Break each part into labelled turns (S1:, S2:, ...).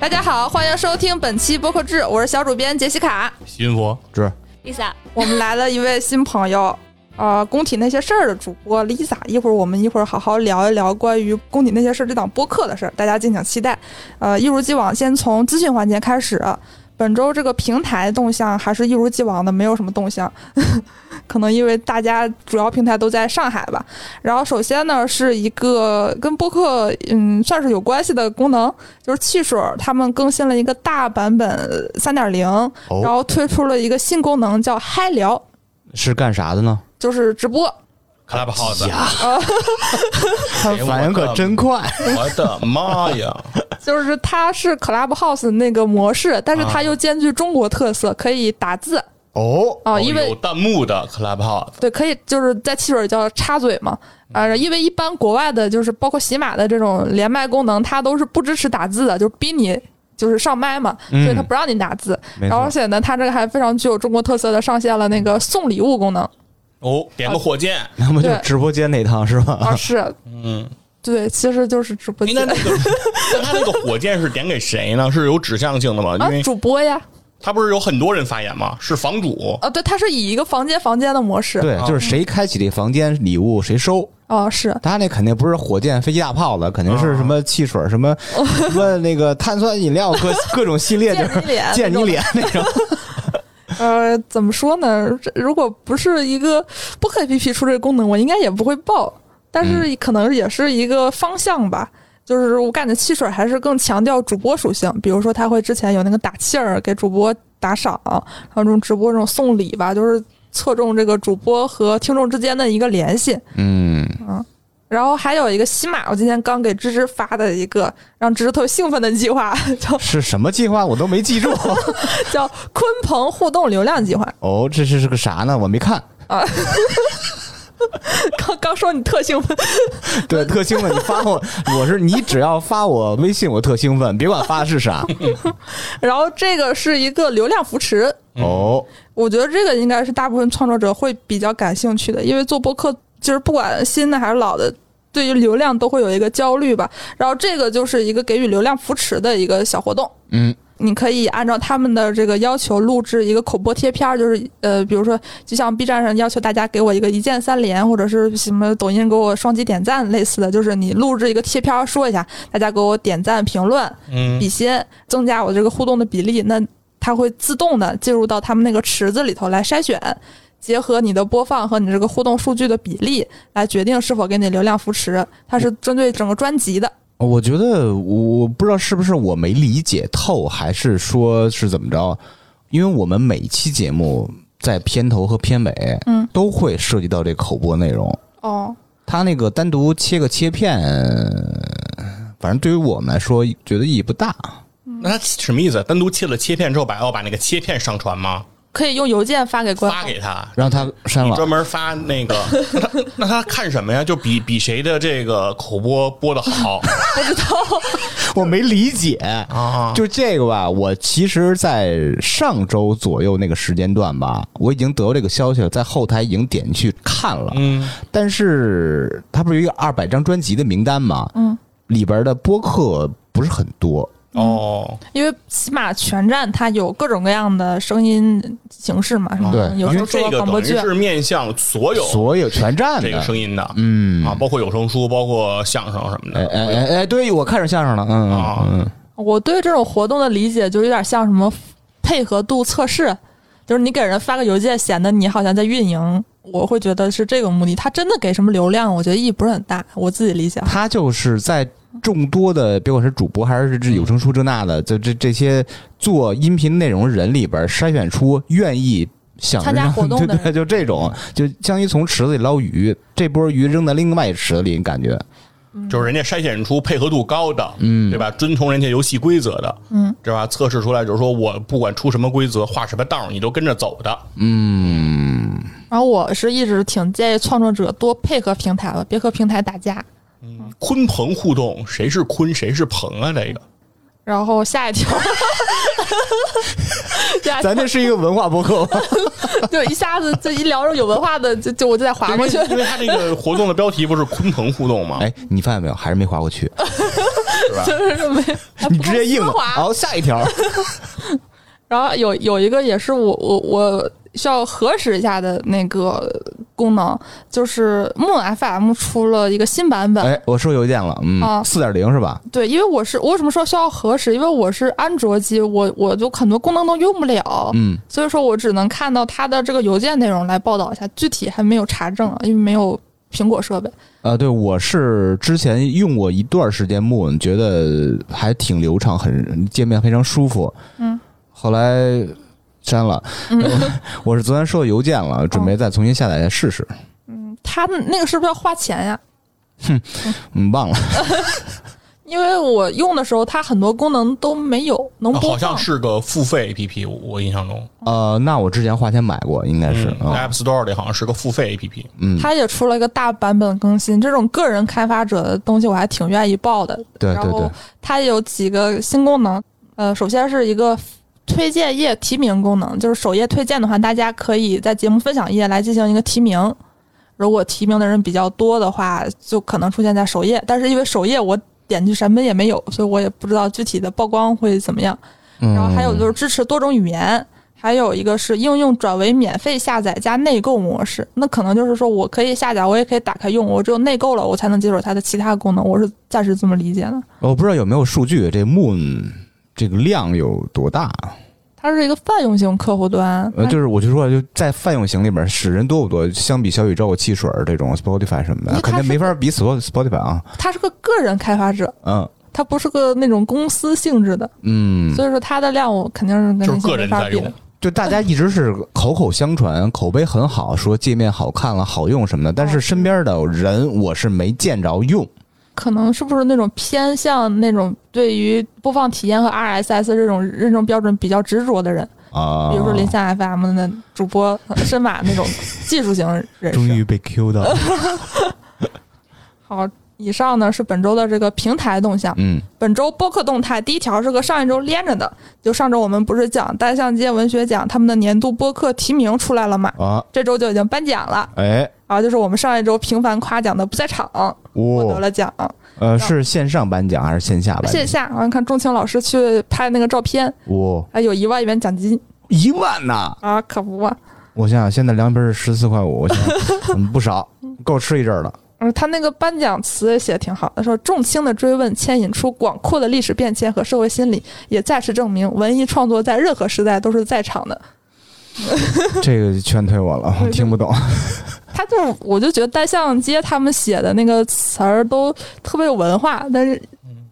S1: 大家好，欢迎收听本期播客制，我是小主编杰西卡。
S2: 新佛
S3: 是
S4: Lisa，
S1: 我们来了一位新朋友，呃，工体那些事儿的主播 Lisa。一会儿我们一会儿好好聊一聊关于工体那些事儿这档播客的事儿，大家敬请期待。呃，一如既往，先从资讯环节开始。呃本周这个平台动向还是一如既往的，没有什么动向， 可能因为大家主要平台都在上海吧。然后首先呢，是一个跟播客嗯算是有关系的功能，就是汽水儿他们更新了一个大版本三点零，然
S3: 哦，
S1: 后推出了一个新功能叫嗨聊，
S3: 是干啥的呢？
S1: 就是直播。
S2: Clubhouse，
S3: 哎呀
S1: 啊，
S3: 他反应可真快，
S2: 我的妈呀！
S1: 就是它是 Clubhouse 那个模式，但
S2: 啊
S1: 是它又兼具中国特色，可以打字
S3: 哦，
S1: 啊，
S2: 哦
S1: 因为
S2: 有弹幕的 Clubhouse，
S1: 对，可以就是在汽水叫插嘴嘛，
S2: 嗯
S1: 啊，因为一般国外的就是包括喜马的这种连麦功能，它都是不支持打字的，就是逼你。就是上麦嘛，所以它
S2: 嗯
S1: 不让你打字，
S3: 没
S1: 然后而
S3: 错，
S1: 且呢，它这个还非常具有中国特色的上线了那个送礼物功能，
S2: 哦，点个火
S1: 啊
S2: 箭，
S3: 那不就
S1: 对
S3: 直播间那趟是 吧？
S1: 啊是，
S2: 嗯，
S1: 对，其实就是直播
S2: 应
S1: 间
S2: 该 那个，那他那个火箭是点给谁呢？是有指向性的吗？因
S1: 啊
S2: 为
S1: 主播呀，
S2: 他不是有很多人发言吗？是房主，
S1: 啊，对，它是以一个房间房间的模式。
S3: 对，就是谁开启这房间，礼物谁收。
S1: 哦，是
S3: 他那肯定不是火箭、飞机大炮了，肯定是什么汽水、什么什么那个碳酸饮料 各各种系列，就
S1: 见
S3: 是
S1: 你脸，
S3: 见你。脸那种。
S1: 呃，怎么说呢？这如果不是一个播客 APP 出这个功能，我应该也不会报。但
S3: 嗯
S1: 是可能也是一个方向吧。就是我感觉汽水还是更强调主播属性，比如说他会之前有那个打气儿给主播打赏，还有这种直播这种送礼吧，就是侧重这个主播和听众之间的一个联系。
S3: 嗯，
S1: 然后还有一个西马，我今天刚给芝芝发的一个让芝芝特别兴奋的计划，叫
S3: 是什么计划我都没记 住。
S1: 叫鲲鹏互动流量计划。
S3: 哦，这这是个啥呢？我没看。
S1: 刚刚说你特兴奋，
S3: 对，特兴奋，你发我，我是你只要发我微信，我特兴奋，别管发的是啥。
S1: 然后这个是一个流量扶持，
S3: 哦，
S1: 我觉得这个应该是大部分创作者会比较感兴趣的，因为做播客就是不管新的还是老的。对于流量都会有一个焦虑吧，然后这个就是一个给予流量扶持的一个小活动，
S3: 嗯，
S1: 你可以按照他们的这个要求录制一个口播贴片儿，就是呃，比如说就像 B 站上要求大家给我一个一键三连，或者是什么抖音给我双击点赞类似的，就是你录制一个贴片儿说一下，大家给我点赞评论，
S2: 嗯，
S1: 比心，增加我这个互动的比例，那它会自动的进入到他们那个池子里头来筛选，结合你的播放和你这个互动数据的比例来决定是否给你流量扶持。它是针对整个专辑的，
S3: 哦我觉得我我不知道是不是我没理解透，还是说是怎么着？因为我们每一期节目在片头和片尾，
S1: 嗯，
S3: 都会涉及到这口播内容。
S1: 哦，
S3: 它那个单独切个切片，反正对于我们来说，觉得意义不大。
S1: 嗯
S2: 那他什么意思？单独切了切片之后，把要把那个切片上传吗？
S1: 可以用邮件发给官
S2: 发
S1: 方。
S2: 给他，
S3: 让他删
S2: 专
S3: 了，
S2: 门发 那个，那他那他看什么呀？就比比谁的这个口播播 的好
S3: 我没理解。
S2: 啊？
S3: 就这个吧，我其实，在上周左右那个时间段吧，我已经得到这个消息了，在后台已经点去看了。
S2: 嗯，
S3: 但是它不是有一个二百张专辑的名单吗？
S1: 嗯，
S3: 里边的播客不是很多。
S2: 哦，
S1: 因为起码全站它有各种各样的声音形式嘛，什么
S3: 对
S1: 有声
S2: 因为
S1: 书
S2: 这
S1: 啊、
S2: 个
S1: 广播
S2: 等于
S1: 剧啊，
S2: 是面向所有
S3: 所有全占的
S2: 哎这个声音的，
S3: 嗯，
S2: 啊，包括有声书，包括相声什么
S3: 哎
S2: 的。
S3: 哎哎哎，对我看着相声了，嗯、
S2: 啊
S3: 嗯，
S1: 我对这种活动的理解就有点像什么配合度测试，就是你给人发个邮件，显得你好像在运营。我会觉得是这个目的，他真的给什么流量，我觉得意义不是很大。我自己理解啊，
S3: 他就是在众多的，别管是主播还是这有声书这那的，就这这些做音频内容人里边筛选出愿意。想
S1: 参加
S3: 让
S1: 活动的
S3: 对，就这种，就相当于从池子里捞鱼，这波鱼扔到另外一池子里，你感觉，
S2: 就是人家筛选出配合度高的，
S3: 嗯，
S2: 对吧？遵从人家游戏规则的，
S1: 嗯，
S2: 对吧？测试出来就是说我不管出什么规则，画什么道儿，你都跟着走的。
S3: 嗯，
S1: 然后我是一直挺建议创作者多配合平台的，别和平台打架。
S2: 鲲鹏互动，谁是鲲，谁是鹏啊？这个
S1: 然后下一条， 下一条
S3: 咱这是一个文化 博客吧，
S1: 就一下子就一聊着有文化的，就就我就得划
S2: 因
S1: 过
S2: 为
S1: 去。
S3: 哎
S2: 因为他这个活动的标题不是鲲鹏互动吗？
S3: 哎，你发现没有，还是没划过去。
S2: 是吧？
S1: 就是没，还
S3: 你
S1: 不
S3: 直
S1: 够
S3: 接硬
S1: 丝
S3: 了，
S1: 滑
S3: 好，下 一条，
S1: 然后有有一个也是我我我需要核实一下的那个功能，就是木 FM 出了一个新版本。
S3: 哎，我说邮件了，
S1: 啊
S3: 嗯，四点零是吧？
S1: 对，因为我是我为什么说需要核实？因为我是安卓机，我我就很多功能都用不了，
S3: 嗯，
S1: 所以说我只能看到它的这个邮件内容来报道一下，具体还没有查证啊，因为没有苹果设备。
S3: 呃，对，我是之前用过一段时间 Moon，觉得还挺流畅，很界面非常舒服。
S1: 嗯，
S3: 后来删了。 我是昨天收到邮件了，准
S1: 哦
S3: 备再重新下载一下试试。
S1: 它那个是不是要花钱呀？
S3: 嗯，忘了。
S1: 因为我用的时候，它很多功能都没有能播放。
S2: 哦啊好像是个付费 APP，我我印象中
S1: 哦
S3: 呃，那我之前花钱买过，应该是
S2: 嗯
S3: 啊。
S2: App Store 里好像是个付费 APP。
S3: 嗯，
S1: 它也出了一个大版本更新，这种个人开发者的东西我还挺愿意报的。
S3: 对
S1: 然
S3: 对对
S1: 后，它有几个新功能，呃，首先是一个推荐页提名功能，就是首页推荐的话，大家可以在节目分享页来进行一个提名。如果提名的人比较多的话，就可能出现在首页，但是因为首页我点去什么也没有，所以我也不知道具体的曝光会怎么样。
S3: 嗯
S1: 然后还有就是支持多种语言，还有一个是应用转为免费下载加内购模式。那可能就是说我可以下载，我也可以打开用，我只有内购了，我才能解锁它的其他功能。我是暂时这么理解的。
S3: 我不知道有没有数据，这 Moon 这个量有多大？啊
S1: 它是一个泛用型客户端，
S3: 呃，
S1: 它
S3: 就是我就说，就在泛用型里边，使人多不多？相比小宇宙、汽水儿这种 Spotify 什么
S1: 因
S3: 的，
S1: 为它
S3: 肯定
S1: 是
S3: 没法比 Spot- Spotify 啊。
S1: 它是个个人开发者，
S3: 嗯
S1: 它不是个那种公司性质的，
S3: 嗯，
S1: 所以说它的量我肯定是跟
S2: 就
S1: 那
S2: 是
S1: 些
S2: 个
S1: 没
S2: 人
S1: 法
S2: 在
S1: 比
S2: 用
S1: 的。
S3: 就大家一直是口口相传，口碑很好，说界面好看了、好用什么的，但是身边的人我是没见着用。
S1: 可能是不是那种偏向那种对于播放体验和 RSS 这种认证标准比较执着的人？
S3: 啊，
S1: 比如说林下 FM 的主播 呃深马那种技术型人
S3: 终
S1: 士。
S3: 于被 Q 到 了，
S1: 好，以上呢是本周的这个平台动向。
S3: 嗯
S1: 本周播客动态第一条是和上一周连着的，就上周我们不是讲单向街文学奖他们的年度播客提名出来了嘛？
S3: 啊，
S1: 这周就已经颁奖了
S3: 哎，
S1: 啊，就是我们上一周频繁夸奖的不在场获得
S3: 我
S1: 了奖，
S3: 呃是线上颁奖还是线下颁
S1: 线
S3: 奖？
S1: 下好像看钟情老师去拍那个照片，啊
S3: 我
S1: 还有一万元奖金
S3: 一万呐！
S1: 啊，可不嘛。
S3: 我想想，现在凉皮是十四块五，我想想嗯不少，够吃一阵儿了。
S1: 嗯，他那个颁奖词也写的挺好的，说重轻的追问牵引出广阔的历史变迁和社会心理，也再次证明文艺创作在任何时代都是在场的。
S3: 这个劝退我了，我听不懂。
S1: 他就是，我就觉得单向街他们写的那个词儿都特别有文化，但是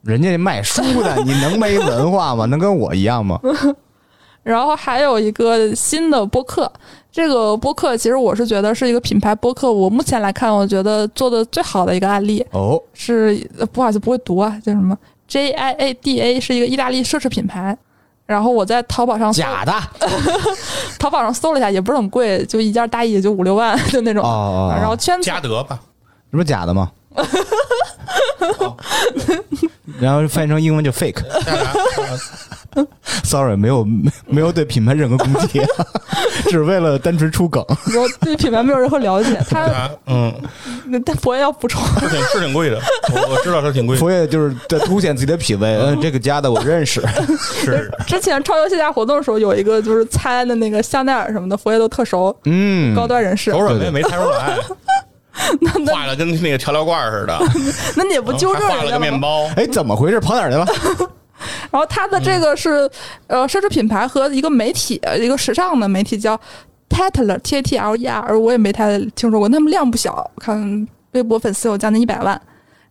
S3: 人家卖书的，你能没文化吗？能跟我 一样吗？
S1: 然后还有一个新的播客，这个播客其实我是觉得是一个品牌播客，我目前来看，我觉得做的最好的一个案例，
S3: 哦，
S1: 是呃不好意思不会读啊，叫什么 J I A D A 是一个意大利奢侈品牌。然后我在淘宝上搜
S3: 假 的
S1: 淘宝上搜了一下，也不是很贵，就一件大衣也就五六万，就那种。
S3: 哦哦，
S1: 啊然后
S3: 哦
S1: 圈子
S2: 嘉德吧，
S3: 这不是假的 吗？哦然后翻译成英文就 fake。
S2: 嘉达
S3: Sorry，没有没没有对品牌任何攻击， 只为了单纯出梗。
S1: 我对品牌没有任何了 解，
S2: 嘉
S1: 他
S2: 达，嗯，
S1: 那但博要补充，
S2: 是挺是挺贵的，我我知道它挺贵的，
S3: 佛爷就是在凸显自己的品味。嗯，这个家的我认识。
S2: 是
S1: 之前超游线下活动的时候，有一个就是参的那个香奈儿什么的，佛爷都特熟，
S3: 嗯，
S1: 高端人士
S2: 手。软
S3: 对
S2: 妹
S3: 对
S2: 没抬 出来，画的跟那个调料罐似的，嗯
S1: 那你也不纠正
S2: 还画
S1: 人
S2: 了
S1: 家
S2: 个面
S1: 吗？
S2: 包，
S3: 哎，怎么回事？跑哪儿去了？
S1: 然后他的
S3: 嗯
S1: 这个是呃奢侈品牌和一个媒体，呃一个时尚的媒体叫 Tatler T A T L E R，我也没太听说过，他们量不小，看微博粉丝有将近一百万。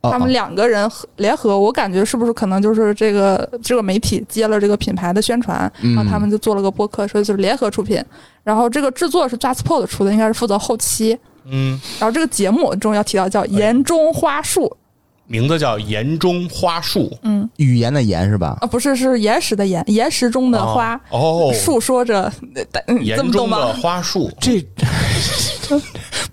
S3: 哦
S1: 他们两个人合联合，我感觉是不是可能就是这个这个媒体接了这个品牌的宣传，
S3: 嗯
S1: 然后他们就做了个播客，说就是联合出品。然后这个制作是 JustPod 出的，应该是负责后期。
S2: 嗯，
S1: 然后这个节目中要提到
S3: 哎
S1: 叫“岩中花树
S2: 名字叫岩中花树”，
S1: 嗯
S3: 语言的言是吧”，？
S1: 啊，不是，是岩石的岩，岩石中的花，
S2: 哦，
S1: 树说着，嗯这
S2: 岩
S1: 么动
S2: 中的
S1: 吗？
S2: 花树，
S3: 这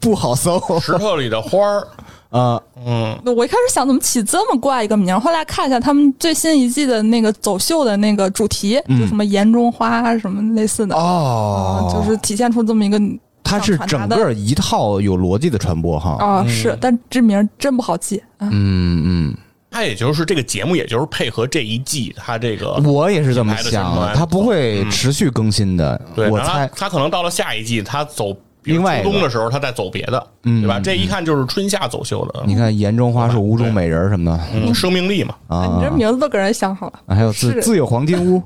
S3: 不 好搜
S2: 石头里的花儿，
S3: 啊！
S2: 嗯，
S1: 我一开始想怎么起这么怪一个名儿，后来看一下他们最新一季的那个走秀的那个主题，就什么“岩中花”啊什么类似的。
S3: 哦
S1: 啊，就是体现出这么一个
S3: 它是
S1: 想传达
S3: 整
S1: 的哦
S3: 个一套有逻辑的传播哈。
S1: 啊，是，但这名儿真不好记啊。
S3: 嗯嗯，
S2: 他也就是这个节目，也就是配合这一季他这个
S3: 我也是这么
S2: 品牌的
S3: 想
S2: 宣
S3: 的，
S2: 传
S3: 它不会持续更新的。
S2: 对，
S3: 我
S2: 然后他
S3: 猜
S2: 他可能到了下一季，他走比如
S3: 另外一个
S2: 初冬的时候，他再走别的，
S3: 嗯
S2: 对吧？这一看就是春夏走秀的，
S3: 你看“言中花树，无中美人”什么的
S2: 嗯，生命力嘛，
S1: 哎你这
S3: 啊，
S1: 名字都给人想 好了。
S3: 还有自
S1: 是
S3: 自有黄金屋。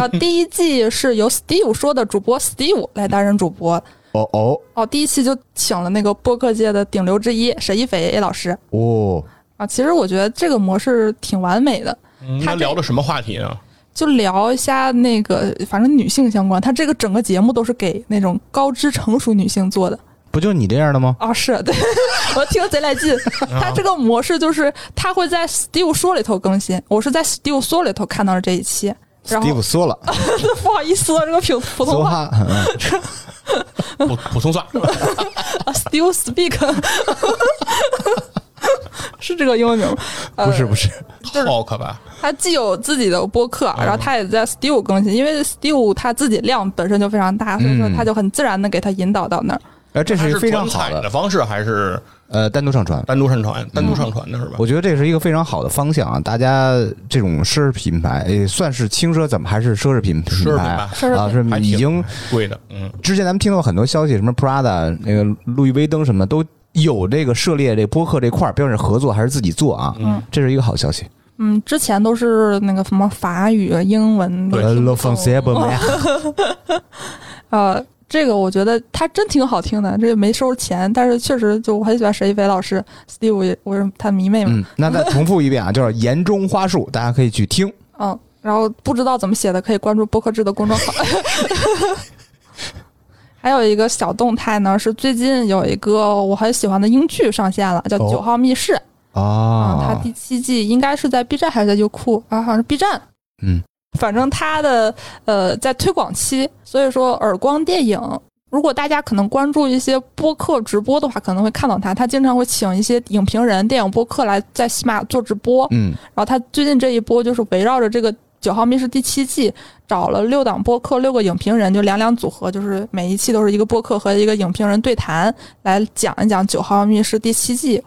S1: 啊，第一季是由 Steve 说的主播 Steve 来担任主播。
S3: 哦哦
S1: 哦，第一期就请了那个播客界的顶流之一沈一菲 A 老师
S3: 哦，
S1: 啊。其实我觉得这个模式挺完美的，
S2: 嗯
S1: 他
S2: 那
S1: 这
S2: 聊的什么话题 呢？
S1: 就聊一下那个反正女性相关。他这个整个节目都是给那种高知成熟女性做的。
S3: 不就你这样的吗？
S1: 啊，是对， 我听贼来 劲。
S3: 啊
S1: 他这个模式就是他会在 Steve 说里头更新，我是在 Steve 说里头看到了这一期。然后
S3: Steve 缩了，
S1: 不好意思，我这个普普通
S3: 缩
S1: 话
S3: 哈，嗯
S2: 普普 通话，
S1: 啊，Steve Speak，是这个英文名吗？ 呃
S3: 不是不是，
S2: talk 吧，
S1: 他既有自己的播客，
S3: 嗯
S1: 然后他也在 Steve 更新，因为 Steve 他自己量本身就非常大，所以说
S3: 嗯
S1: 他就很自然的给他引导到那儿。
S3: 哎，这
S2: 它
S3: 是一
S2: 是
S3: 个非常
S2: 转
S3: 好
S2: 采的嗯
S3: 的
S2: 方式，还是
S3: 呃单独上传。
S2: 单独上传？单独上传的是吧？
S3: 我觉得这是一个非常好的方向啊！大家这种奢侈品牌，诶，算是轻奢，怎么还是奢侈品
S2: 是
S3: 品牌啊？
S2: 吧？
S1: 奢侈
S3: 啊，
S1: 品
S3: 是
S2: 还挺
S3: 已经
S2: 贵的，嗯，
S3: 之前咱们听到很多消息，什么 Prada、那个路易威登什么的，都有这个涉猎这播客这块儿，不管是合作还是自己做啊，
S2: 嗯
S3: 这是一个好消息。
S1: 嗯，之前都是那个什么法语、英文的，
S3: 呃 La France est bonne
S1: 呃，这个我觉得他真挺好听的，这个没收钱，但是确实就我很喜欢沈一菲老师，Steve 也我是他迷妹嘛，
S3: 嗯，那再重复一遍啊，就是言中花树，大家可以去听。
S1: 嗯然后不知道怎么写的可以关注播客制的公众号。 还有一个小动态呢，是最近有一个我很喜欢的英剧上线了，叫
S3: 哦
S1: 《九号密室》啊、它
S3: 哦，
S1: 第七季应该是在 B 站还是在优酷啊？好像是 B 站，
S3: 嗯，
S1: 反正它的呃在推广期，所以说耳光电影，如果大家可能关注一些播客直播的话，可能会看到它。它经常会请一些影评人、电影播客来在喜马做直播。
S3: 嗯，
S1: 然后它最近这一波就是围绕着这个《九号密室》第七季，找了六档播客、六个影评人，就两两组合，就是每一期都是一个播客和一个影评人对谈，来讲一讲《九号密室》第七季。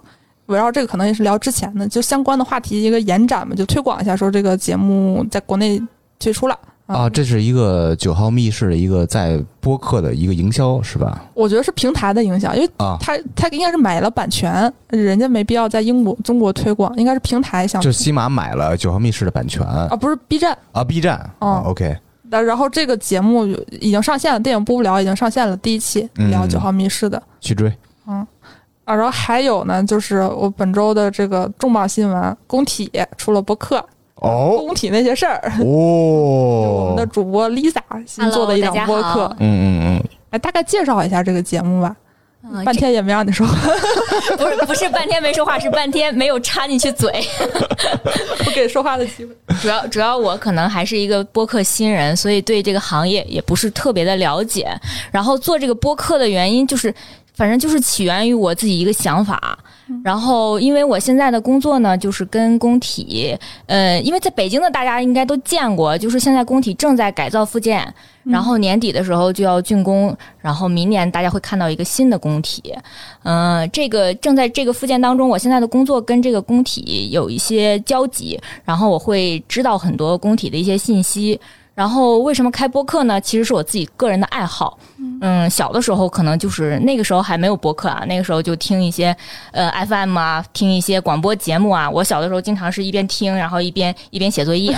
S1: 围绕这个可能也是聊之前的，就相关的话题一个延展嘛，就推广一下，说这个节目在国内推出了
S3: 啊，这是一个九号密室的一个在播客的一个营销是吧？
S1: 我觉得是平台的影响，因为
S3: 啊，
S1: 他他应该是买了版权，人家没必要在英国中国推广，应该是平台
S4: 哦
S1: 想
S3: 就西马买了九号密室的版权
S1: 啊，不是 B 站。
S3: 啊，B 站啊
S1: 哦
S3: ，OK，
S1: 那然后这个节目已经上线了，电影不无聊已经上线了第一期
S3: 嗯
S1: 聊九号密室的、
S3: 去追。
S1: 啊，然后还有呢，就是我本周的这个重磅新闻，工体出了播客，
S3: 哦
S1: 工体那些事儿，就我们的
S3: 哦，
S1: 主播 Lisa 新做的一档播
S4: Hello，
S1: 客
S4: 大家好，
S3: 嗯嗯
S1: 哎，大概介绍一下这个节目吧，
S4: 嗯，
S1: 半天也没让你说话，
S4: 这不是不是半天没说话，是半天没有插进去嘴。
S1: 不给说话的机会。
S4: 主要主要我可能还是一个播客新人，所以对这个行业也不是特别的了解。然后做这个播客的原因就是，反正就是起源于我自己一个想法。然后，因为我现在的工作呢，就是跟工体，呃，因为在北京的大家应该都见过，就是现在工体正在改造复建，然后年底的时候就要竣工，然后明年大家会看到一个新的工体。嗯、这个正在这个复建当中，我现在的工作跟这个工体有一些交集，然后我会知道很多工体的一些信息。然后为什么开播客呢？其实是我自己个人的爱好。嗯，小的时候可能就是那个时候还没有播客啊，那个时候就听一些呃 FM 啊，听一些广播节目啊。我小的时候经常是一边听，然后一边一边写作 业。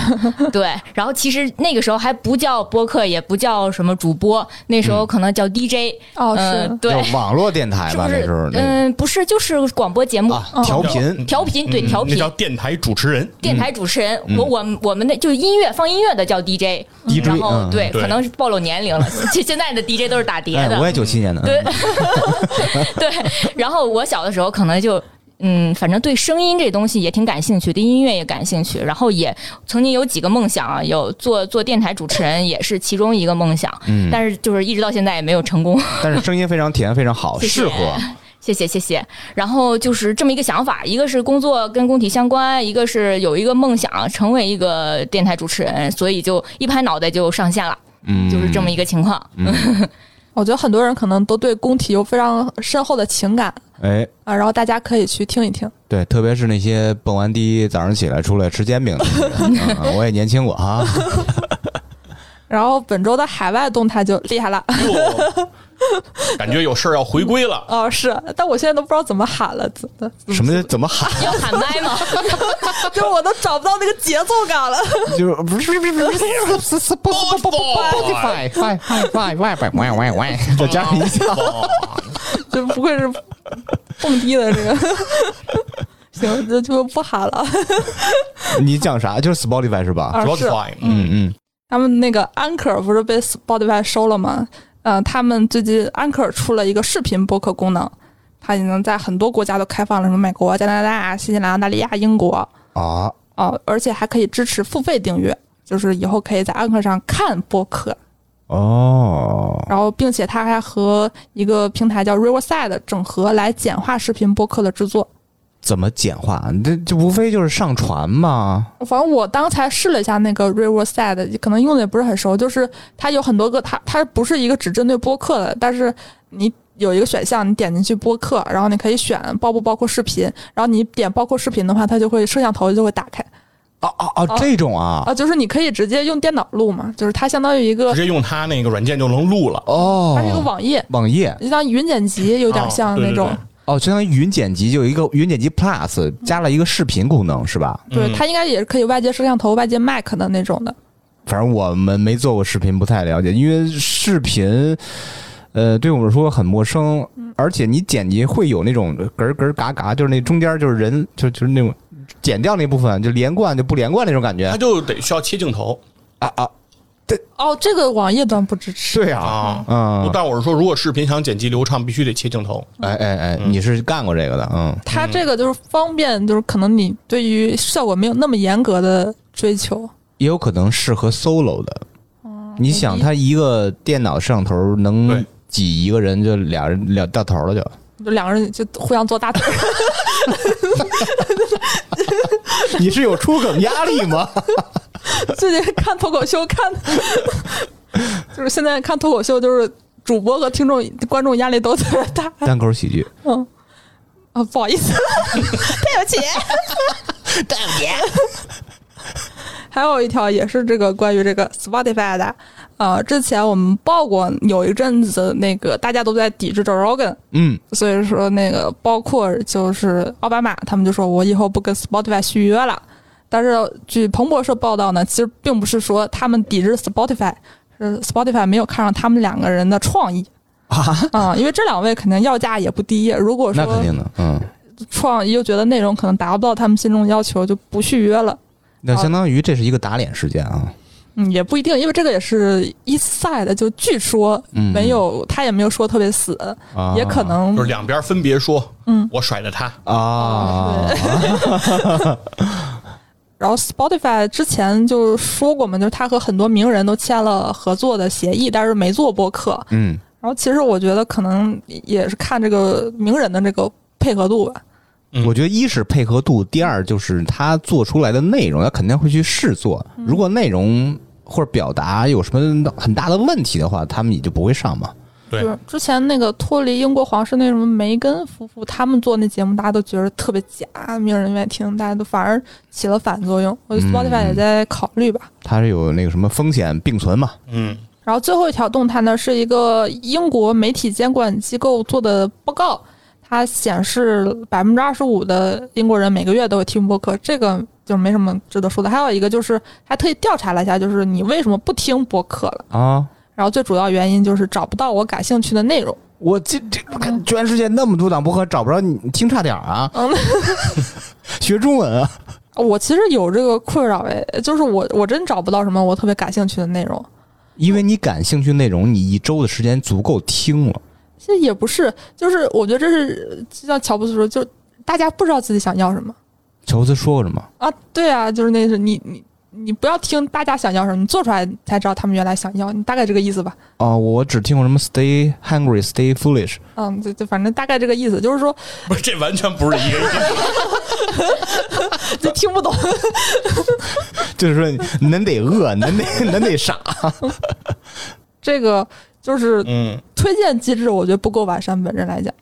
S4: 对，然后其实那个时候还不叫播客，也不叫什么主播，那时候可能叫 DJ、
S1: 嗯哦，是、
S4: 嗯，对，
S3: 嗯，就网络电台
S4: 是
S3: 吧，
S4: 不
S3: 那时候
S4: 是？
S3: 那
S4: 嗯，不是，就是广播节目。嗯
S3: 啊，调频
S4: 调频对
S2: 嗯
S4: 调频
S2: 那叫电台主持人，
S4: 电台主持人，
S3: 嗯
S4: 我我们我们的就是音乐放音乐的叫 DJ，
S3: DJ，
S4: 然后
S3: 嗯
S4: 对，
S2: 对
S4: 可能是暴露年龄了，现现在的 DJ 都是打碟
S3: 哎，我
S4: 的，
S3: 也九七年的，
S4: 对对。然后我小的时候可能就。嗯，反正对声音这东西也挺感兴趣，对音乐也感兴趣，然后也曾经有几个梦想啊，有做做电台主持人也是其中一个梦想，
S3: 嗯
S4: 但是就是一直到现在也没有成功。
S3: 但是声音非常甜，非常好，
S4: 谢谢
S3: 适合。
S4: 谢谢谢谢。然后就是这么一个想法，一个是工作跟工体相关，一个是有一个梦想成为一个电台主持人，所以就一拍脑袋就上线了，
S3: 嗯，
S4: 就是这么一个情况。
S1: 我觉得很多人可能都对工体有非常深厚的情感
S3: 哎，
S1: 啊，然后大家可以去听一听。
S3: 对，特别是那些蹦完迪早上起来出来吃煎饼的那些人，嗯我也年轻过啊。
S1: 然后本周的海外动态就厉害了，
S2: 哟， 感觉有事儿要回归了。
S1: 哦，是，但我现在都不知道怎么喊了，怎么
S3: 什么怎么喊？
S4: 要喊麦吗？
S1: 就是我都找不到那个节奏感了。
S3: 就是不是不是不是不是不是不
S2: 哦
S3: 外外外外外外外，再加 上一下，
S2: 哦
S1: 就不愧是蹦迪的这个。行，就就不喊了。
S3: 你讲啥？就是 Spotify 是吧？
S1: 啊，是
S2: Spotify，嗯，
S3: 嗯
S1: 他们那个安可不是被 Spotify 收了吗？嗯、他们最近安可出了一个视频播客功能，它已经在很多国家都开放了，什么美国、加拿大、新西兰、澳大利亚、英国
S3: 嗯啊，
S1: 哦，而且还可以支持付费订阅，就是以后可以在安可上看播客。
S3: 哦，
S1: 然后，并且它还和一个平台叫 Riverside 整合来简化视频播客的制作。
S3: 怎么简化？这这无非就是上传嘛。
S1: 反正我刚才试了一下那个 Riverside，可能用的也不是很熟，就是它有很多个，它它不是一个只针对播客的，但是你有一个选项，你点进去播客，然后你可以选包不包括视频，然后你点包括视频的话，它就会摄像头就会打开
S3: 哦哦哦，这种啊，
S1: 啊，就是你可以直接用电脑录嘛，就是它相当于一个
S2: 直，接用它那个软件就能录了。
S1: 它是一个
S3: 哦，
S1: 网页，
S3: 网页
S1: 就像云剪辑有点像那种，
S2: 哦
S3: 哦，相当于云剪辑就有一个云剪辑 Plus 加了一个视频功能是吧？
S1: 对它应该也是可以外接摄像头、外接麦克的那种的。
S3: 反正我们没做过视频，不太了解，因为视频。呃，对我们说很陌生，而且你剪辑会有那种咯儿咯儿嘎嘎，就是那中间就是人，就就是那种剪掉那部分就连贯就不连贯那种感觉
S2: 它就得需要切镜头
S3: 啊啊！
S1: 哦，这个网页端不支持。
S3: 对啊，
S2: 啊。
S3: 嗯，
S2: 但我是说，如果视频想剪辑流畅，必须得切镜头。
S3: 哎哎哎，
S2: 嗯
S3: 你是干过这个的，嗯，
S1: 它这个就是方便，就是可能你对于效果没有那么严格的追求。
S3: 也有可能适合 solo 的。你想，
S1: maybe
S3: 他一个电脑摄像头能
S2: 对
S3: 挤一个人，就俩人俩到头了就。
S1: 就两个人就互相做大腿，
S3: 你是有出梗压力吗？
S1: 最近看脱口秀看， 就是现在看脱口秀，就是主播和听众、观众压力都特别大。
S3: 单口喜剧，
S1: 嗯，啊，不好意思，对不起，
S3: 对不起。
S1: 还有一条也是这个关于这个 Spotify 的，呃，之前我们报过有一阵子那个大家都在抵制 Joe Rogan，
S3: 嗯，
S1: 所以说那个包括就是奥巴马，他们就说我以后不跟 Spotify 续约了。但是据彭博社报道呢，其实并不是说他们抵制 Spotify，是 Spotify 没有看上他们两个人的创意啊、因为这两位肯定要价也不低，如果
S3: 那肯
S1: 说
S3: 定的，嗯。
S1: 创意又觉得内容可能达不到他们心中要求，就不续约了。
S3: 那
S1: 好
S3: 相当于这是一个打脸事件啊，
S1: 嗯，也不一定，因为这个也是一赛的，就据说
S3: 嗯
S1: 没有，他也没有说特别死，
S3: 啊
S1: 也可能
S2: 就是两边分别说，
S1: 嗯，
S2: 我甩了他，
S3: 啊，
S1: 然后 Spotify 之前就说过嘛，就是他和很多名人都签了合作的协议，但是没做播客。
S3: 嗯，
S1: 然后其实我觉得可能也是看这个名人的这个配合度吧。
S2: 嗯
S3: 我觉得一是配合度，第二就是他做出来的内容，他肯定会去试做。
S1: 嗯
S3: 如果内容或者表达有什么很大的问题的话，他们也就不会上嘛。
S2: 对
S1: 就是之前那个脱离英国皇室那什么梅根夫妇他们做那节目，大家都觉得特别假，没有人愿意听，大家都反而起了反作用。我觉得 Spotify 也在考虑吧。
S3: 它是有那个什么风险并存嘛？
S2: 嗯，
S1: 然后最后一条动态呢，是一个英国媒体监管机构做的报告，它显示百分之二十五的英国人每个月都会听播客，这个就没什么值得说的。还有一个就是，还特意调查了一下，就是你为什么不听播客了？
S3: 啊，
S1: 然后最主要原因就是找不到我感兴趣的内容。
S3: 我这这全世界那么多档播客找不着，你听差点儿啊，
S1: 嗯，
S3: 学中文啊，
S1: 哦我其实有这个困扰，哎，就是我我真找不到什么我特别感兴趣的内容。
S3: 因为你感兴趣内容，你一周的时间足够听了。
S1: 其实也不是，就是我觉得这是就像乔布斯说，就是大家不知道自己想要什么。
S3: 乔布斯说过什么？
S1: 啊，对啊，就是那是你你你不要听大家想要什么，你做出来才知道他们原来想要，你大概这个意思吧。
S3: 哦，我只听过什么 “Stay hungry, stay foolish”。
S1: 嗯，就就反正大概这个意思，就是 说
S2: 不是，这完全不是一个意思。
S1: 就听不懂。
S3: 就是说， 恁得饿，恁得恁得傻。
S1: 这个就是
S2: 嗯，
S1: 推荐机制我觉得不够完善，本人来讲。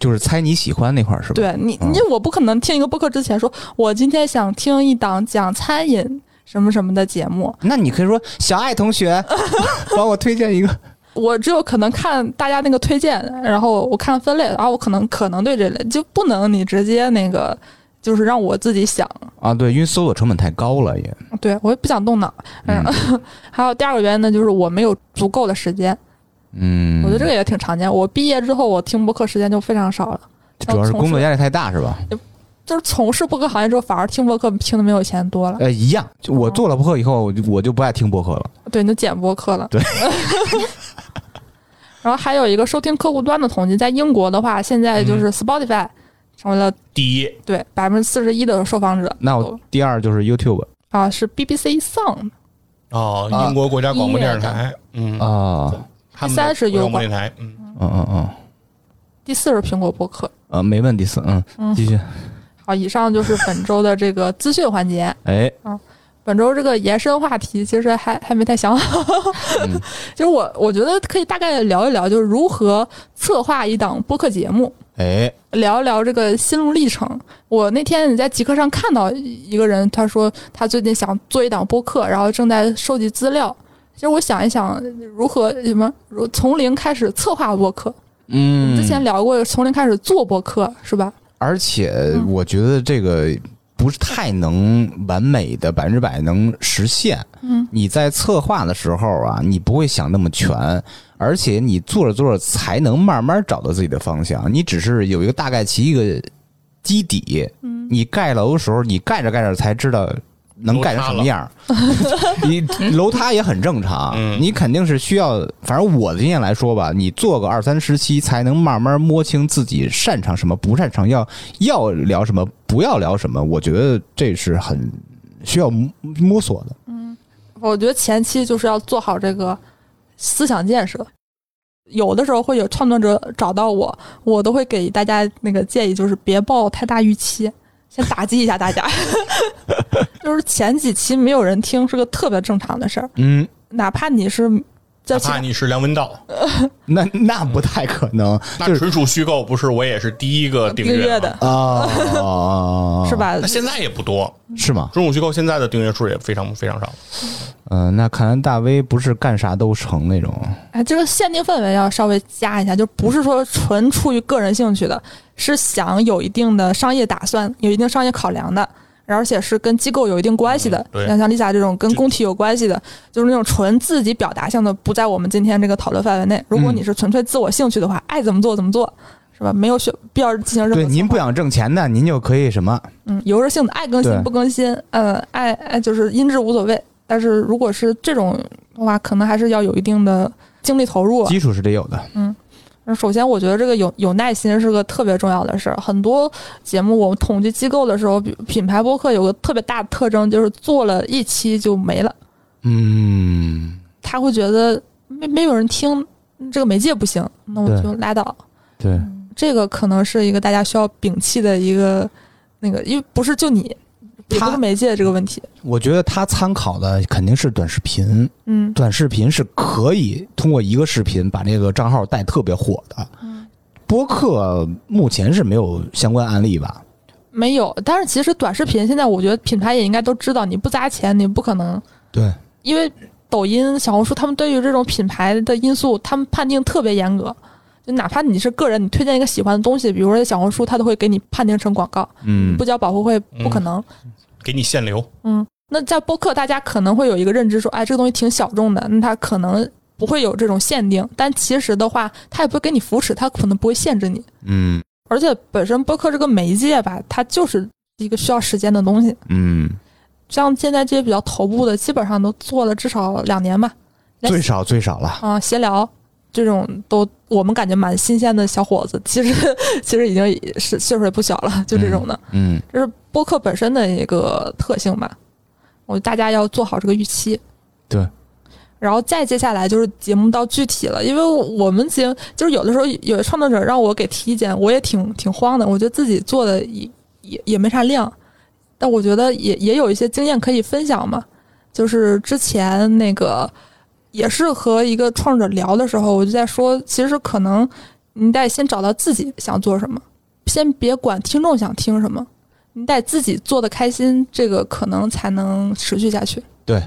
S3: 就是猜你喜欢那块儿是吧？
S1: 对你，
S3: 嗯
S1: 因为我不可能听一个播客之前说，我今天想听一档讲餐饮什么什么的节目，
S3: 那你可以说小爱同学帮我推荐一个，
S1: 我只有可能看大家那个推荐，然后我看分类，然后我可能可能对这类就不能你直接那个，就是让我自己想，
S3: 啊，对，因为搜索成本太高了也。
S1: 对我也不想动脑。
S3: 嗯
S1: 嗯， 还有第二个原因呢，就是我没有足够的时间，
S3: 嗯，
S1: 我觉得这个也挺常见。我毕业之后，我听播客时间就非常少了。
S3: 主要是工作压力太大是吧？
S1: 就是从事播客行业之后，反而听播客听的没有以前多了。
S3: 呃，一样，就我做了播客以后，我就我就不爱听播客了。
S1: 对，你就剪播客了。
S3: 对。
S1: 然后还有一个收听客户端的统计，在英国的话，现在
S3: 嗯
S1: 就是 Spotify 成为了
S2: 第一，
S1: 对百分之四十一的受访者。
S3: 那我第二就是 YouTube
S1: 啊是 BBC Sound，
S2: 哦，
S3: 啊
S2: 英国国家广播电视台，嗯，
S3: 啊，
S2: 他们
S1: 第三是
S2: 的
S1: 油
S2: 广播
S1: 管
S2: 电台，嗯，
S3: 嗯嗯嗯，
S1: 第四是苹果播客。
S3: 呃，没问题，四嗯，继续。
S1: 好，以上就是本周的这个资讯环节。
S3: 哎，
S1: 本周这个延伸话题其实还还没太想好，
S3: 嗯
S1: 就是我我觉得可以大概聊一聊，就是如何策划一档播客节目。
S3: 哎，
S1: 聊一聊这个心路历程。我那天也在极客上看到一个人，他说他最近想做一档播客，然后正在收集资料。其实我想一想，如何什么如从零开始策划播客？
S3: 嗯，
S1: 之前聊过从零开始做播客是吧？
S3: 而且我觉得这个不是太能完美的百分之百能实现。
S1: 嗯，
S3: 你在策划的时候啊，你不会想那么全，而且你做着做着才能慢慢找到自己的方向。你只是有一个大概其一个基底。嗯，你盖楼的时候，你盖着盖着才知道。能盖成什么样儿？你楼塌也很正常，
S2: 嗯
S3: 你肯定是需要。反正我的经验来说吧，你做个二三十期，才能慢慢摸清自己擅长什么，不擅长要要聊什么，不要聊什么。我觉得这是很需要摸摸索的。
S1: 我觉得前期就是要做好这个思想建设。有的时候会有创作者找到我，我都会给大家那个建议，就是别抱太大预期， 先打击一下大家。就是前几期没有人听是个特别正常的事儿，
S3: 嗯，
S1: 哪怕你是在
S2: 哪
S1: 其
S2: 怕你是梁文道，
S3: 那那不太可能，
S2: 那
S3: 就是
S2: 纯属虚构，不是？我也是第一个订
S1: 订阅
S2: 阅
S1: 的
S2: 嘛，
S3: 啊，
S1: 是？吧
S2: 那？现在也不多，
S3: 是吗？
S2: 纯属虚构现在的订阅数也非常非常少。
S3: 嗯、那看来大 V 不是干啥都成那种。
S1: 哎，这个限定氛围要稍微加一下，就不是说纯出于个人兴趣的，是想有一定的商业打算、有一定商业考量的，而且是跟机构有一定关系的。
S2: 嗯对
S1: 像像 Lisa 这种跟
S2: 就
S1: 工体有关系的，就是那种纯自己表达性的，不在我们今天这个讨论范围内。如果
S3: 嗯
S1: 你是纯粹自我兴趣的话，爱怎么做怎么做，是吧？没有需必要进行任何
S3: 对，
S1: 策
S3: 您
S1: 划
S3: 不想挣钱的，您就可以什么？
S1: 嗯，由着性子，爱更
S3: 对
S1: 新不更新，嗯，爱爱就是音质无所谓。但是如果是这种的话，可能还是要有一定的精力投入。
S3: 基础是得有的。
S1: 首先，我觉得这个有有耐心是个特别重要的事儿。很多节目我们统计机构的时候，比品牌播客有个特别大的特征，就是做了一期就没了，
S3: 嗯，
S1: 他会觉得没没有人听，这个媒介不行，那我
S3: 对
S1: 就拉倒。
S3: 对，
S1: 这个可能是一个大家需要摒弃的一个那个，因为不是就你，也不
S3: 他
S1: 是媒介这个问题。
S3: 我觉得他参考的肯定是短视频，
S1: 嗯，
S3: 短视频是可以通过一个视频把这个账号带特别火的。播客目前是没有相关案例吧？
S1: 没有，但是其实短视频现在我觉得品牌也应该都知道，你不砸钱你不可能，
S3: 对，
S1: 因为抖音、小红书他们对于这种品牌的因素，他们判定特别严格。就哪怕你是个人，你推荐一个喜欢的东西，比如说在小红书，它都会给你判定成广告，
S3: 嗯
S1: 不交保护费不可能。
S2: 给你限流，
S1: 那在播客，大家可能会有一个认知说，哎，这个东西挺小众的，那它可能不会有这种限定。但其实的话，它也不会给你扶持，它可能不会限制你。
S3: 嗯
S1: 而且本身播客这个媒介吧，它就是一个需要时间的东西。
S3: 嗯，
S1: 像现在这些比较头部的，基本上都做了至少两年吧。来
S3: 最少最少了。
S1: 啊，闲聊这种都我们感觉蛮新鲜的小伙子，其实 其实已经是岁数也不小了，就这种的，
S3: 嗯
S1: 这是播客本身的一个特性吧。我觉得大家要做好这个预期。
S3: 对。
S1: 然后再接下来就是节目到具体了，因为我们节就是有的时候有的创作者让我给提意见，我也挺挺慌的，我觉得自己做的也也也没啥量，但我觉得也也有一些经验可以分享嘛。就是之前那个也是和一个创作者聊的时候，我就在说，其实可能你得先找到自己想做什么，先别管听众想听什么，你得自己做的开心，这个可能才能持续下去。
S3: 对，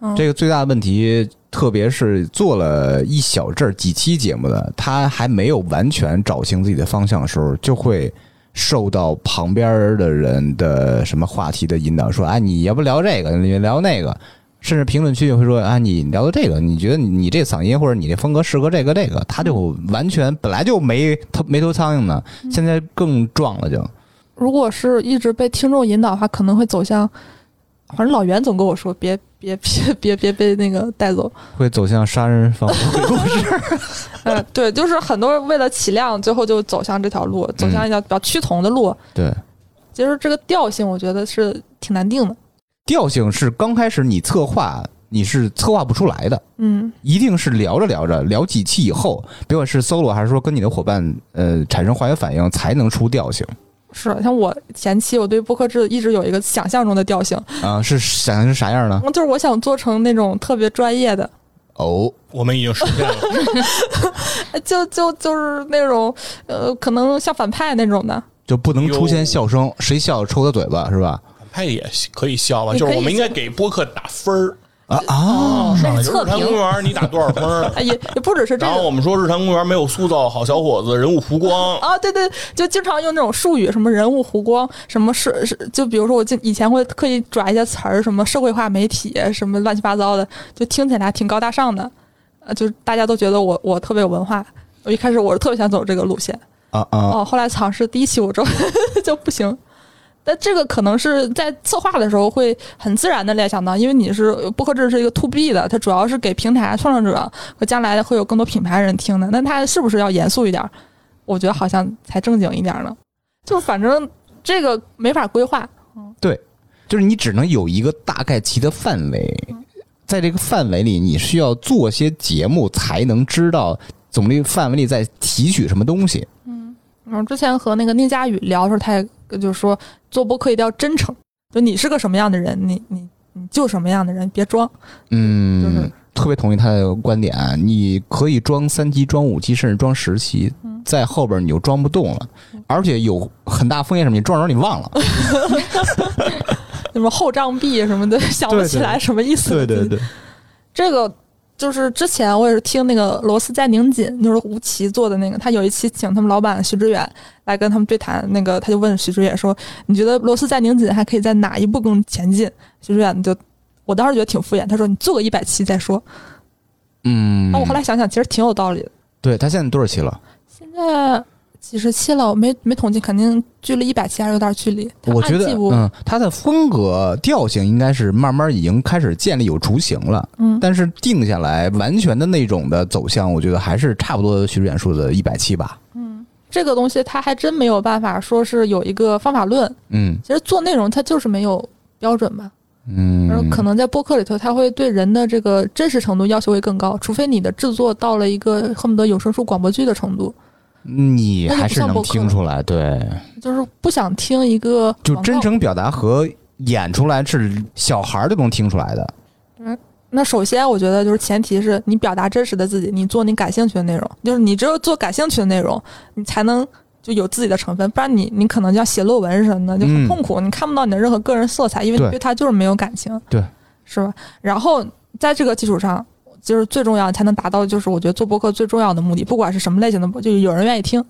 S1: 嗯，
S3: 这个最大的问题，特别是做了一小阵儿几期节目的，他还没有完全找清自己的方向的时候，就会受到旁边儿的人的什么话题的引导，说：“哎，你要不聊这个，你聊那个。”甚至评论区也会说：“啊，你聊的这个，你觉得你这嗓音或者你这风格适合这个这个？”他就完全本来就没头没头苍蝇呢，现在更壮了就，
S1: 如果是一直被听众引导的话，可能会走向，反正老袁总跟我说，别别别别别被那个带走。
S3: 会走向杀人放火鬼故事。
S1: 嗯，对，就是很多为了起量，最后就走向这条路，走向一条比较趋同的路。
S3: 对，
S1: 其实这个调性，我觉得是挺难定的。
S3: 调性是刚开始你策划你是策划不出来的，
S1: 嗯，
S3: 一定是聊着聊着聊几期以后，别管是 solo 还是说跟你的伙伴呃产生化学反应，才能出调性
S1: 是像我前期我对播客制一直有一个想象中的调性，
S3: 啊、是想成啥样呢？
S1: 嗯就是我想做成那种特别专业的，
S3: 哦，
S2: 我们已经实现了。
S1: 呃就就就是那种呃，可能像反派那种的。啊
S3: 就不能出现笑声，谁笑抽他嘴巴是吧？
S2: 拍也可以笑吧，
S1: 你
S2: 就
S1: 可以哦
S2: 是我们应该给播客打分儿。
S3: 啊啊！
S2: 上
S4: 那
S2: 来
S4: 是
S2: 就
S4: 测
S2: 日坛
S4: 评
S2: 公，园，你打多少分儿？
S1: 哎，也也不只 是这
S2: 然后
S1: 个
S2: 我们说日坛公园没有塑造好小伙子，人物弧光，
S1: 啊，对对，就经常用那种术语，什么人物弧光，什么是是，就比如说我经以前会刻意转一些词儿，什么社会化媒体，什么乱七八糟的，就听起来还挺高大上的，呃，就是大家都觉得我我特别有文化。我一开始我是特别想走这个路线，
S3: 啊啊！
S1: 哦，后来尝试第一期我之后 就不行。但这个可能是在策划的时候会很自然的联想到，因为你是播客制是一个 to B 的，它主要是给平台创作者和将来会有更多品牌人听的。那它是不是要严肃一点儿？我觉得好像才正经一点儿呢。就反正这个没法规划，
S3: 就是你只能有一个大概齐的范围，在这个范围里，你需要做些节目才能知道总这个范围里在提取什么东西。
S1: 嗯，之前和那个聂佳宇聊的时候，他也就说做播客一定要真诚，就你是个什么样的人，你你你就什么样的人，别装。就
S3: 嗯
S1: 是，
S3: 特别同意他的观点啊，你可以装三期、装五期，甚至装十期，
S1: 嗯
S3: 在后边你就装不动了，而且有很大风险什么，你撞着你忘了。
S1: 什么后账币什么的，想不
S3: 对
S1: 起
S3: 对
S1: 来什么意思。
S3: 对，
S1: 这个就是之前我也是听那个罗斯在拧紧，就是吴奇做的那个，他有一期请他们老板徐志远来跟他们对谈，那个他就问徐志远说：“你觉得罗斯在拧紧还可以在哪一步更前进？”徐志远就。我当时觉得挺敷衍，他说你做个一百期再说。
S3: 嗯
S1: 那我后来想想，其实挺有道理的。
S3: 对他现在多少期了？
S1: 现在几十期了，我没没统计，肯定距离一百期还是有点距离。
S3: 我觉
S1: 按
S3: 得
S1: 季不，
S3: 嗯，他的风格调性应该是慢慢已经开始建立有雏形了，
S1: 嗯
S3: 但是定下来完全的那种的走向，我觉得还是差不多徐志远说的一百期吧。
S1: 这个东西他还真没有办法说是有一个方法论，
S3: 嗯
S1: 其实做内容它就是没有标准吧，然后
S3: 嗯，
S1: 可能在播客里头，它会对人的这个真实程度要求会更高，除非你的制作到了一个恨不得有声书广播剧的程度，
S3: 你还是
S1: 那就不像播
S3: 能
S1: 客了
S3: 听出来，对。
S1: 就是不想听一个
S3: 就
S1: 广告
S3: 真。诚表达和演出来是小孩儿都能听出来的。
S1: 那首先，我觉得就是前提是你表达真实的自己，你做你感兴趣的内容，就是你只有做感兴趣的内容，你才能。就有自己的成分，不然你你可能就要写论文什么的，就很
S3: 嗯
S1: 痛苦。你看不到你的任何个人色彩，因为你
S3: 对
S1: 对他就是没有感情，
S3: 对，
S1: 是吧？然后在这个基础上，就是最重要才能达到，就是我觉得做播客最重要的目的，不管是什么类型的播，就是有人愿意听。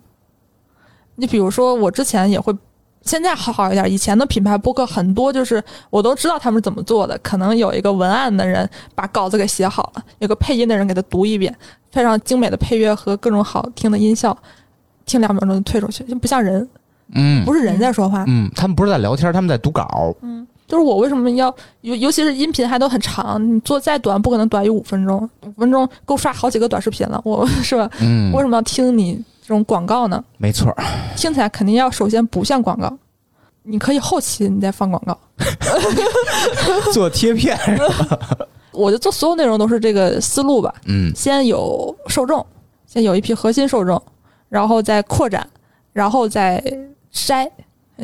S1: 你比如说，我之前也会，现在好好一点。以前的品牌播客很多，就是我都知道他们是怎么做的，可能有一个文案的人把稿子给写好了，有个配音的人给他读一遍，配上精美的配乐和各种好听的音效，听两秒钟就退出去，就不像人，
S3: 嗯
S1: 不是人在说话。
S3: 嗯，他们不是在聊天，他们在读稿。
S1: 就是我为什么要尤尤其是音频还都很长，你做再短不可能短于五分钟，五分钟够刷好几个短视频了，我 是吧？
S3: 嗯
S1: 为什么要听你这种广告呢？
S3: 没错儿，
S1: 听起来肯定要首先不像广告，你可以后期你再放广告。
S3: 做贴片。
S1: 我就做所有内容都是这个思路吧，
S3: 嗯
S1: 先有受众，先有一批核心受众，然后再扩展，然后再筛，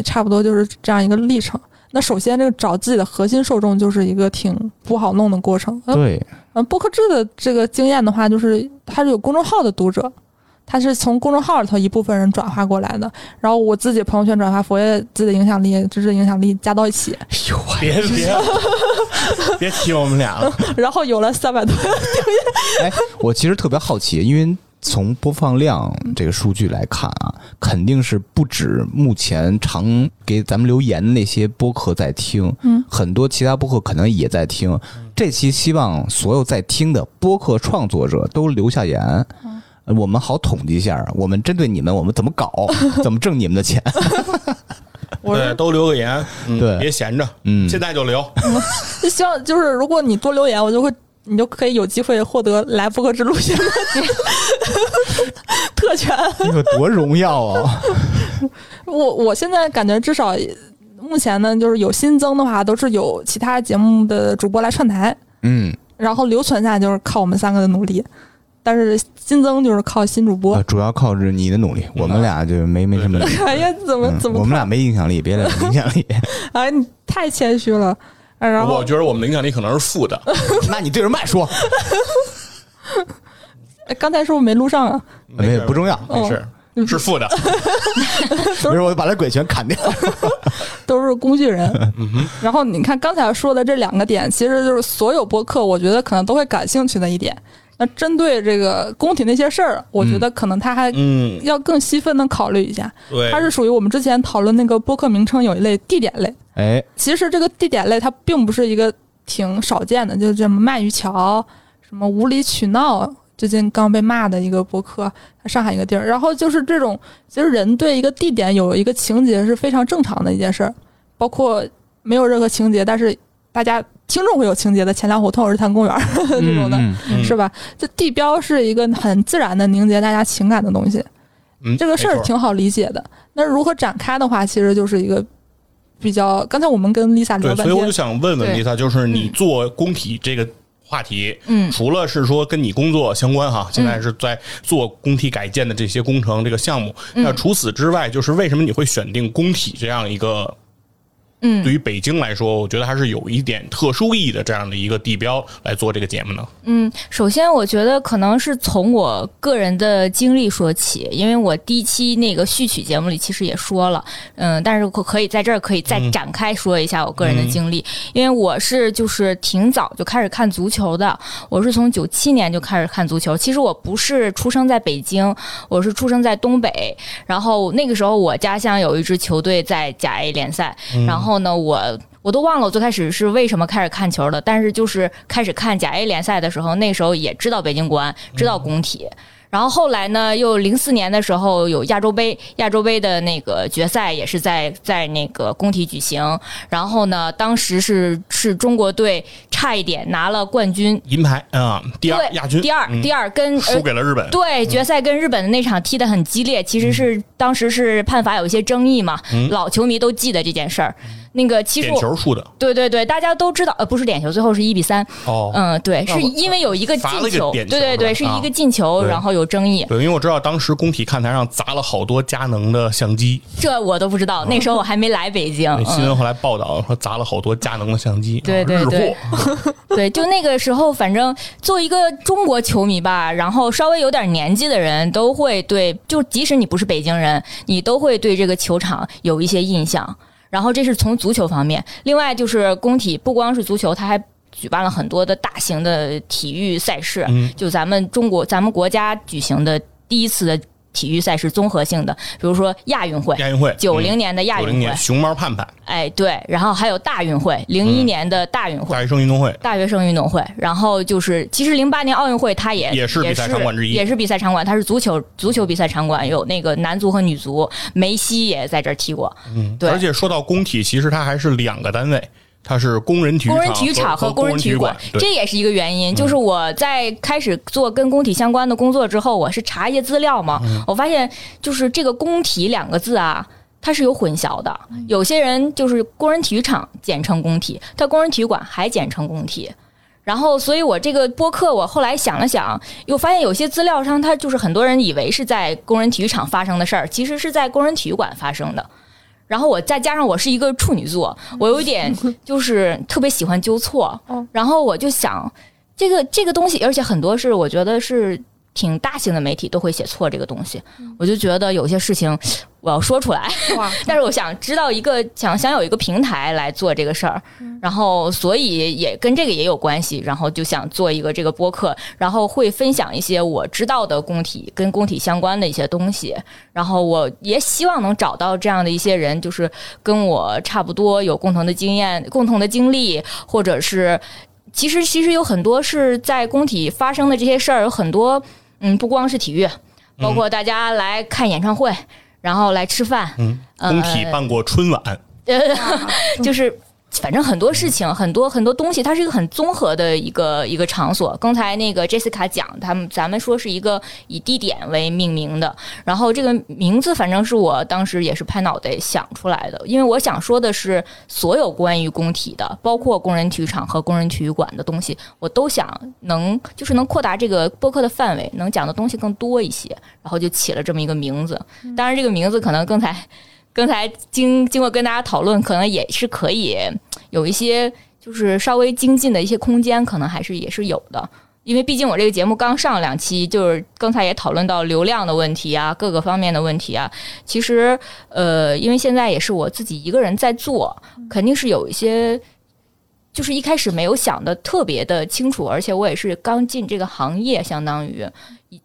S1: 差不多就是这样一个历程。那首先这个找自己的核心受众就是一个挺不好弄的过程。呃
S3: 对，
S1: 嗯，播客制的这个经验的话，就是它是有公众号的读者，它是从公众号里头一部分人转化过来的，然后我自己朋友圈转发，佛爷自己的影响力、知识的影响力加到一起，
S2: 别别别提我们俩了，
S1: 然后有了三百多。
S3: 哎， 我其实特别好奇，因为从播放量这个数据来看啊，肯定是不止目前常给咱们留言的那些播客在听，
S1: 嗯，
S3: 很多其他播客可能也在听。这期希望所有在听的播客创作者都留下言。
S1: 嗯
S3: 呃我们好统计一下，我们针对你们，我们怎 么搞，怎么挣你们的钱？
S1: 我
S2: 对，都留个言，嗯
S3: 对
S2: 别闲着，
S3: 嗯，
S2: 现在就留。
S1: 是希望就是如果你多留言，我就会。你就可以有机会获得来播客之路现在特权。
S3: 你有多荣耀啊！
S1: 我我现在感觉至少目前呢，就是有新增的话，都是有其他节目的主播来串台，
S3: 嗯，
S1: 然后留存下来就是靠我们三个的努力，但是新增就是靠新主播
S3: 呃。主要靠着你的努力，我们俩就没没什么。
S1: 哎呀，怎么
S3: 嗯
S1: 怎
S3: 我
S1: 么
S3: 们俩没影响力，别聊影响 力。
S1: 哎，你太谦虚了。哎然
S2: 我
S1: 后
S2: 觉得我们的影响力可能是负
S3: 哎
S2: 的，
S3: 那你对着麦说，
S1: 哎刚才是不是没录上啊？
S2: 没
S3: 没
S2: 事
S3: 不重要，
S2: 没
S4: 哦
S2: 事，
S4: 嗯
S2: 是负 的。
S3: 没事，我把他鬼全砍掉。
S1: 都是工具人。
S2: 嗯
S1: 然后你看刚才说的这两个点，其实就是所有播客，我觉得可能都会感兴趣的一点。那针对这个工体那些事儿，我觉得可能他还
S2: 嗯，
S1: 要更细分的考虑一下。
S2: 对，
S1: 它是属于我们之前讨论那个播客名称有一类地点类，
S3: 哎，
S1: 其实这个地点类它并不是一个挺少见的，就是什么鳗鱼桥、什么无理取闹，最近刚被骂的一个博客，上海一个地儿。然后就是这种，其实人对一个地点有一个情节是非常正常的一件事儿，包括没有任何情节，但是大家听众会有情节的钱粮胡同、日坛公 园儿这种的。
S3: 嗯
S2: 嗯
S1: 是吧？这地标是一个很自然的凝结大家情感的东西，
S2: 嗯
S1: 这个事
S2: 没
S1: 儿
S2: 错
S1: 挺好理解的。那如何展开的话，其实就是一个比较。刚才我们跟 Lisa 聊
S2: 对，
S1: 半
S2: 所以我就
S1: 天，
S2: 想问问
S4: 对
S2: Lisa，就是你做工体这个话题，
S4: 嗯
S2: 除了是说跟你工作相关哈，现在是在做工体改建的这些工程这个项目，
S4: 嗯
S2: 那除此之外，就是为什么你会选定工体这样一个？
S4: 嗯
S2: 对于北京来说，我觉得还是有一点特殊意义的这样的一个地标来做这个节目呢。
S4: 嗯，首先我觉得可能是从我个人的经历说起，因为我第一期那个序曲节目里其实也说了，嗯，但是可可以在这儿可以再展开说一下我个人的经历，因为我是就是挺早就开始看足球的，我是从九七年就开始看足球。其实我不是出生在北京，我是出生在东北，然后那个时候我家乡有一支球队在甲 A 联赛，
S2: 嗯
S4: 然后呢我。我都忘了我最开始是为什么开始看球的，但是就是开始看甲 A 联赛的时候，那时候也知道北京国安，
S2: 嗯
S4: 知道工体。然后后来呢，又零四年的时候有亚洲杯，亚洲杯的那个决赛也是在在那个工体举行。然后呢，当时是是中国队差一点拿了冠军，
S2: 银牌啊、第二
S4: 对
S2: 亚军，
S4: 第二、
S2: 嗯
S4: 第二跟呃
S2: 输给了日本。
S4: 对，决赛跟日本的那场踢得很激烈，其实
S2: 嗯
S4: 是当时是判罚有一些争议嘛，老球迷都记得这件事儿。那个其
S2: 嗯
S4: 实
S2: 点
S4: 我
S2: 球输的
S4: 对对对，大家都知道，呃，不是点球，最后是一比三。
S2: 哦
S4: 嗯，对，
S2: 那
S4: 是
S2: 我
S4: 因为有一个进
S2: 罚了一个
S4: 球，
S2: 点球
S4: 对对对，
S2: 是
S4: 是
S2: 吧
S4: 一个进球，
S2: 对
S4: 然后有争议，
S2: 对，因为我知道当时工体看台上砸了好多佳能的相机，
S4: 这我都不知道，那时候我还没来北 京。
S2: 那新闻
S4: 嗯，
S2: 后来报道说砸了好多佳能的相机，
S4: 对
S2: 啊
S4: 对
S2: 日
S4: 对
S2: 货。
S4: 对，就那个时候，反正作为一个中国球迷吧，然后稍微有点年纪的人都会对，就即使你不是北京人，你都会对这个球场有一些印象。然后这是从足球方面，另外就是工体不光是足球，它还举办了很多的大型的体育赛事，
S2: 嗯
S4: 就咱们中国咱们国家举行的第一次的体育赛事，综合性的，比如说亚运会，
S2: 亚运会 嗯
S4: 九零年的亚
S2: 九
S4: 运
S2: 零
S4: 会，
S2: 年熊猫盼盼
S4: 哎对，然后还有大运会，零一年的大运会，
S2: 大学生运动会，
S4: 大学生运动会，然后就是其实零八年奥运会它也
S2: 也是比赛场馆之一
S4: 也是比赛场馆，它是足球足球比赛场馆，有那个男足和女足，梅西也在这儿踢过，
S2: 嗯，
S4: 对
S2: 而且说到工体，其实它还是两个单位，它是工人体育
S4: 工人体育场
S2: 和
S4: 工人
S2: 体
S4: 体育
S2: 馆
S4: 馆，，嗯
S2: 对
S4: 这也是一个原因。就是我在开始做跟工体相关的工作之后，我是查一些资料嘛，我发现就是这个“工体”两个字啊。它是有混淆的，有些人就是工人体育场简称工体，它工人体育馆还简称工体。然后，所以我这个播客，我后来想了想，又发现有些资料上，它就是很多人以为是在工人体育场发生的事儿，其实是在工人体育馆发生的。然后我再加上我是一个处女座，我有点就是特别喜欢纠错
S1: 哦，
S4: 然后我就想这个这个东西，而且很多是我觉得是挺大型的媒体都会写错这个东西，我就觉得有些事情我要说出来，
S1: 哇，
S4: 但是我想知道一个想想有一个平台来做这个事儿，然后所以也跟这个也有关系，然后就想做一个这个播客，然后会分享一些我知道的工体跟工体相关的一些东西，然后我也希望能找到这样的一些人，就是跟我差不多有共同的经验、共同的经历，或者是其实其实有很多是在工体发生的这些事儿，有很多嗯，不光是体育，包括大家来看演唱会。然后来吃饭，
S2: 嗯，
S4: 呃
S2: 工体办过春晚，
S1: 啊
S4: 就是反正很多事情，很多很多东西，它是一个很综合的一个一个场所。刚才那个 Jessica 讲，他们咱们说是一个以地点为命名的，然后这个名字反正是我当时也是拍脑袋想出来的，因为我想说的是所有关于工体的，包括工人体育场和工人体育馆的东西，我都想能就是能扩大这个播客的范围，能讲的东西更多一些，然后就起了这么一个名字。当然，这个名字可能刚才刚才经经过跟大家讨论，可能也是可以有一些就是稍微精进的一些空间，可能还是也是有的。因为毕竟我这个节目刚上两期，就是刚才也讨论到流量的问题啊，各个方面的问题啊。其实，呃，因为现在也是我自己一个人在做，肯定是有一些，就是一开始没有想的特别的清楚，而且我也是刚进这个行业，相当于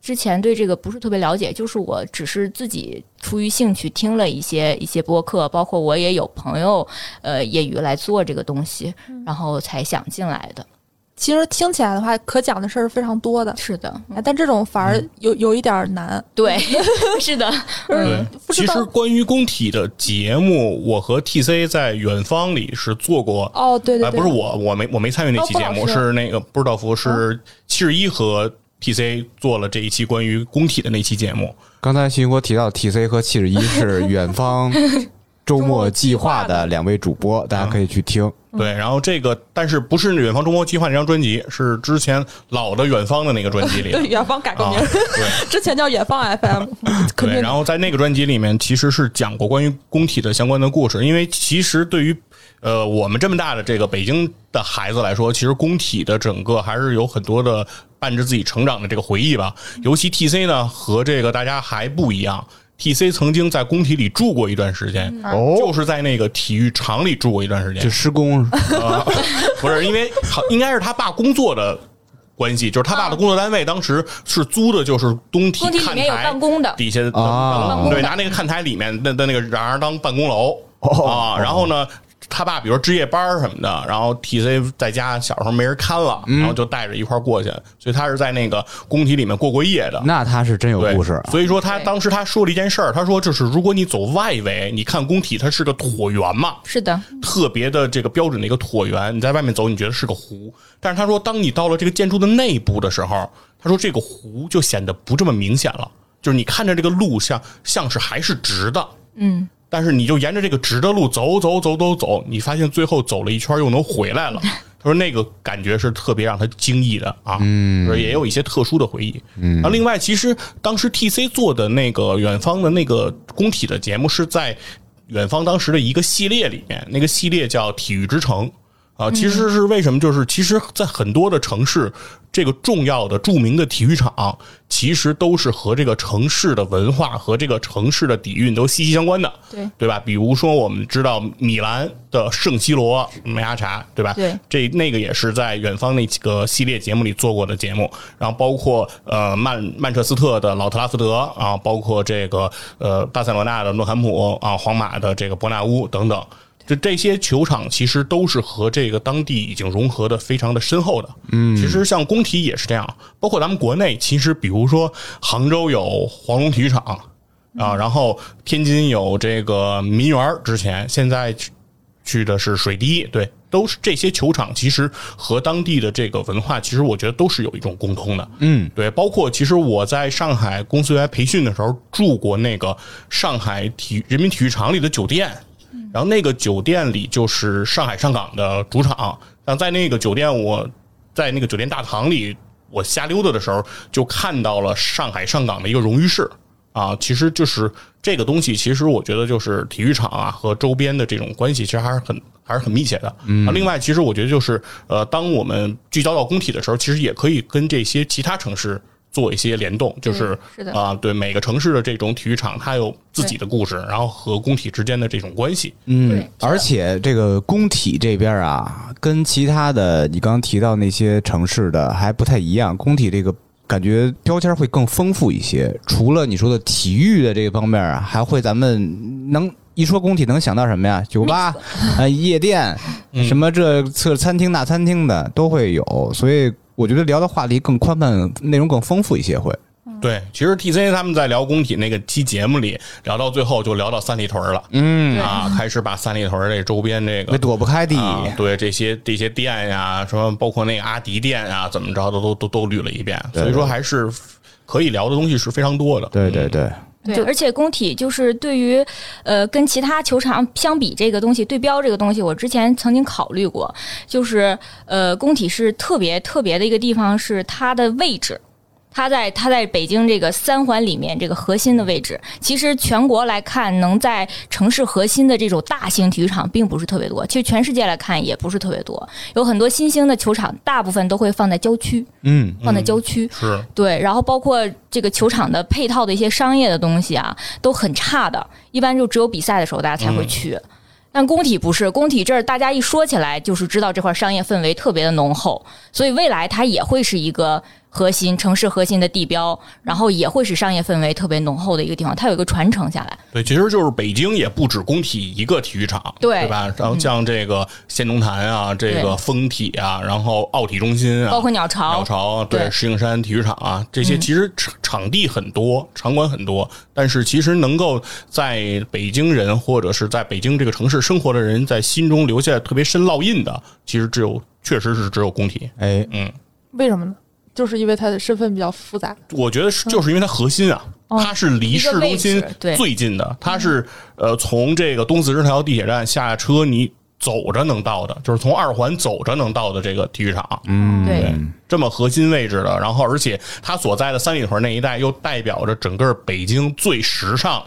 S4: 之前对这个不是特别了解，就是我只是自己出于兴趣听了一些一些播客，包括我也有朋友呃业余来做这个东西，然后才想进来的。
S1: 其实听起来的话，可讲的事儿是非常多的，
S4: 是的，
S1: 哎但这种反而
S2: 嗯
S1: 有有一点儿难。
S4: 对， 是的，
S2: 对
S4: 嗯，，
S1: 不知
S2: 其
S1: 道
S2: 实关于工体的节目，我和 TC 在远方里是做过。
S1: 哦，对对
S2: 哎，
S1: 对，
S2: 不是我，我没我没参与那期节目，
S1: 哦不老师哦
S2: 是那个不是道夫，是七十一和 TC 做了这一期关于工体的那期节目。
S3: 刚才新锅提到 TC 和七十一是远方周末计划的两位主播，大家可以去听。
S1: 嗯
S2: 对，然后这个但是不是远方中国计划那张专辑，是之前老的远方的那个专辑里的。
S1: 对 远方改个
S2: 啊，
S1: 名儿，
S2: 对，
S1: 之前叫 远方 FM，肯
S2: 对，
S1: 定
S2: 然后在那个专辑里面，其实是讲过关于工体的相关的故事。因为其实对于呃我们这么大的这个北京的孩子来说，其实工体的整个还是有很多的伴着自己成长的这个回忆吧。尤其 TC 呢，和这个大家还不一样。T.C. 曾经在工体里住过一段时间，
S3: 哦
S2: 就是在那个体育场里住过一段时间
S3: 就。施工，
S2: 啊， 不是，因为好应该是他爸工作的关系，就是他爸的工作单位当时是租的，就是东体
S4: 工嗯体里
S2: 看
S4: 面有
S2: 台
S4: 办公的，
S2: 底下的
S3: 啊
S2: 办公对，拿那个看台里面的的那个瓤儿当办公楼
S3: 哦
S2: 啊，然后呢。他爸，比如说值夜班儿什么的，然后 T C 在家小时候没人看了，
S3: 嗯
S2: 然后就带着一块儿过去，所以他是在那个工体里面过过夜的。
S3: 那他是真有
S2: 对，
S3: 故事。啊
S2: 所以说他
S4: 对
S2: 当时他说了一件事儿，他说就是如果你走外围，你看工体它是个椭圆嘛，
S4: 是的，
S2: 特别的这个标准的一个椭圆，你在外面走，你觉得是个湖，但是他说，当你到了这个建筑的内部的时候，他说这个湖就显得不这么明显了，就是你看着这个路像像是还是直的，
S4: 嗯，
S2: 但是你就沿着这个直的路走走走走走，你发现最后走了一圈又能回来了。他说那个感觉是特别让他惊异的啊，嗯，也有一些特殊的回忆。嗯，然后另外，其实当时 TC 做的那个远方的那个工体的节目是在远方当时的一个系列里面，那个系列叫《体育之城》。啊，其实是为什么？就是其实，在很多的城市，这个重要的、著名的体育场，其实都是和这个城市的文化和这个城市的底蕴都息息相关的，
S4: 对
S2: 对吧？比如说，我们知道米兰的圣西罗梅阿查，对吧？
S4: 对
S2: 这那个也是在远方那几个系列节目里做过的节目，然后包括呃曼曼彻斯特的老特拉福德啊，包括这个呃巴塞罗那的诺坎普啊，皇马的这个伯纳乌等等。就这些球场其实都是和这个当地已经融合的非常的深厚的。嗯，其实像工体也是这样，包括咱们国内，其实比如说杭州有黄龙体育场啊，然后天津有这个民园儿，之前现在去去的是水滴，对，都是这些球场其实和当地的这个文化，其实我觉得都是有一种共通的。
S3: 嗯，
S2: 对，包括其实我在上海公司来培训的时候住过那个上海体人民体育场里的酒店，然后那个酒店里就是上海上港的主场。但在那个酒店，我在那个酒店大堂里，我瞎溜达的时候就看到了上海上港的一个荣誉室，啊，其实就是这个东西，其实我觉得就是体育场啊和周边的这种关系，其实还是很还是很密切的。嗯，另外，其实我觉得就是呃，当我们聚焦到工体的时候，其实也可以跟这些其他城市。做一些联动，就是
S4: 是的
S2: 啊、对每个城市的这种体育场，它有自己的故事，然后和工体之间的这种关系，
S3: 嗯
S4: 对，
S3: 而且这个工体这边啊，跟其他的你刚刚提到那些城市的还不太一样，工体这个。感觉标签会更丰富一些，除了你说的体育的这个方面啊，还会咱们能一说工体能想到什么呀？酒吧、呃夜店，
S2: 嗯
S3: 什么这这餐厅那餐厅的都会呃有，嗯所以我觉得聊的话题更宽泛，内容更丰富一些会。
S2: 对，其实 T C 他们在聊工体那个期节目里，聊到最后就聊到三里屯了，嗯啊，开始把三里屯这周边这
S3: 那
S2: 个。
S3: 躲不开的，
S2: 啊，对这些这些店呀、什么包括那个阿迪店啊，怎么着的都都都捋了一遍，
S3: 对
S2: 所以说还是可以聊的东西是非常多的。
S3: 对对对，
S4: 对，而且工体就是对于，呃，跟其他球场相比，这个东西对标这个东西，我之前曾经考虑过，就是呃，工体是特别特别的一个地方，是它的位置。它在它在北京这个三环里面这个核心的位置，其实全国来看，能在城市核心的这种大型体育场并不是特别多。其实全世界来看也不是特别多，有很多新兴的球场，大部分都会放在郊区，
S3: 嗯，
S4: 放在郊区。
S2: 是，
S4: 对，然后包括这个球场的配套的一些商业的东西啊，都很差的，一般就只有比赛的时候大家才会去。但工体不是，工体这儿大家一说起来就是知道这块商业氛围特别的浓厚，所以未来它也会是一个核心城市核心的地标，然后也会是商业氛围特别浓厚的一个地方，它有一个传承下来。
S2: 对，其实就是北京也不止工体一个体育场，
S4: 对
S2: 吧？然
S3: 嗯
S2: 后像这个县东坛啊，这个
S4: 对
S2: 丰体啊，然后奥体中心啊，
S4: 包括鸟
S2: 鸟
S4: 巢，
S2: 巢啊对
S4: 对嗯
S2: 石景山体育场啊，这些其实场场地很多，场馆很多，但是其实能够在北京人或者是在北京这个城市生活的人在心中留下特别深烙印的，其实只有确实是只有工体。
S3: 哎，
S2: 嗯，
S1: 为什么呢？就是因为他的身份比较复杂，
S2: 我觉得是就是因为它核心啊，它是离市中
S4: 嗯哦一
S2: 心
S4: 个位置对嗯
S2: 最近的，它是呃从这个东四十条地铁站下车你走着能到的，就是从二环走着能到的这个体育场。
S3: 嗯，
S4: 对
S2: 这么核心位置的，然后而且它所在的三里屯那一带又代表着整个北京最时尚、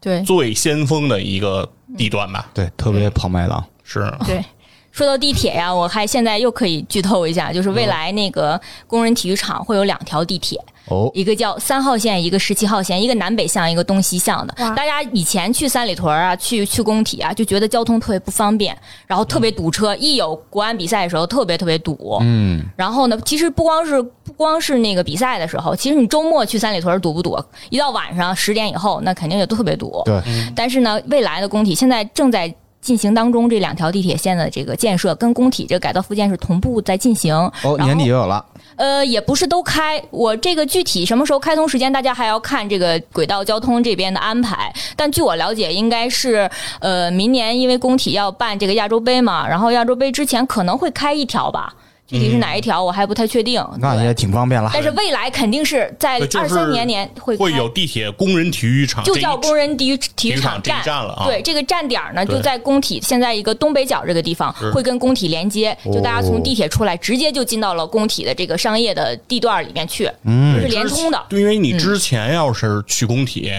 S4: 对
S2: 最先锋的一个地段吧？
S3: 对，特
S4: 嗯
S3: 别跑麦郎，
S2: 是，
S4: 对。说到地铁呀，我还现在又可以剧透一下，就是未来那个工人体育场会有两条地铁，
S3: 哦，
S4: 一个叫三号线，一个十七号线，一个南北向，一个东西向的。
S1: 哇
S4: 大家以前去三里屯啊，去去工体啊，就觉得交通特别不方便，然后特别堵车，一有国安比赛的时候特别特别堵。
S3: 嗯，
S4: 然后呢，其实不光是不光是那个比赛的时候，其实你周末去三里屯堵不堵？一到晚上十点以后，那肯定也都特别堵。
S3: 对，
S4: 但是呢，未来的工体现在正在。进行当中，这两条地铁线的这个建设跟工体这个改造复建是同步在进行。
S3: 哦，
S4: 然后
S3: 年底又有了，
S4: 呃，也不是都开，我这个具体什么时候开通时间，大家还要看这个轨道交通这边的安排。但据我了解，应该是呃，明年因为工体要办这个亚洲杯嘛，然后亚洲杯之前可能会开一条吧，具体是哪一条我还不太确定。
S3: 那也
S4: 对，
S3: 挺方便了。
S4: 但是未来肯定是在
S2: 对就是
S4: 哎二三年年会
S2: 会
S4: 开
S2: 有地铁工人体育场这
S4: 就
S2: 一，
S4: 叫工人体育体育
S2: 场
S4: 场
S2: 这一
S4: 站。
S2: 站了啊。
S4: 对，，这个站点儿呢，
S2: 对
S4: 就在工体现在一个东北角这个地方
S2: 是，
S4: 会跟工体连接，就大家
S3: 哦
S4: 从地铁出来，直接就进到了工体的这个商业的地段儿里面去，
S3: 嗯
S4: 是联通的。嗯
S2: 对，因为你之前要是去工体。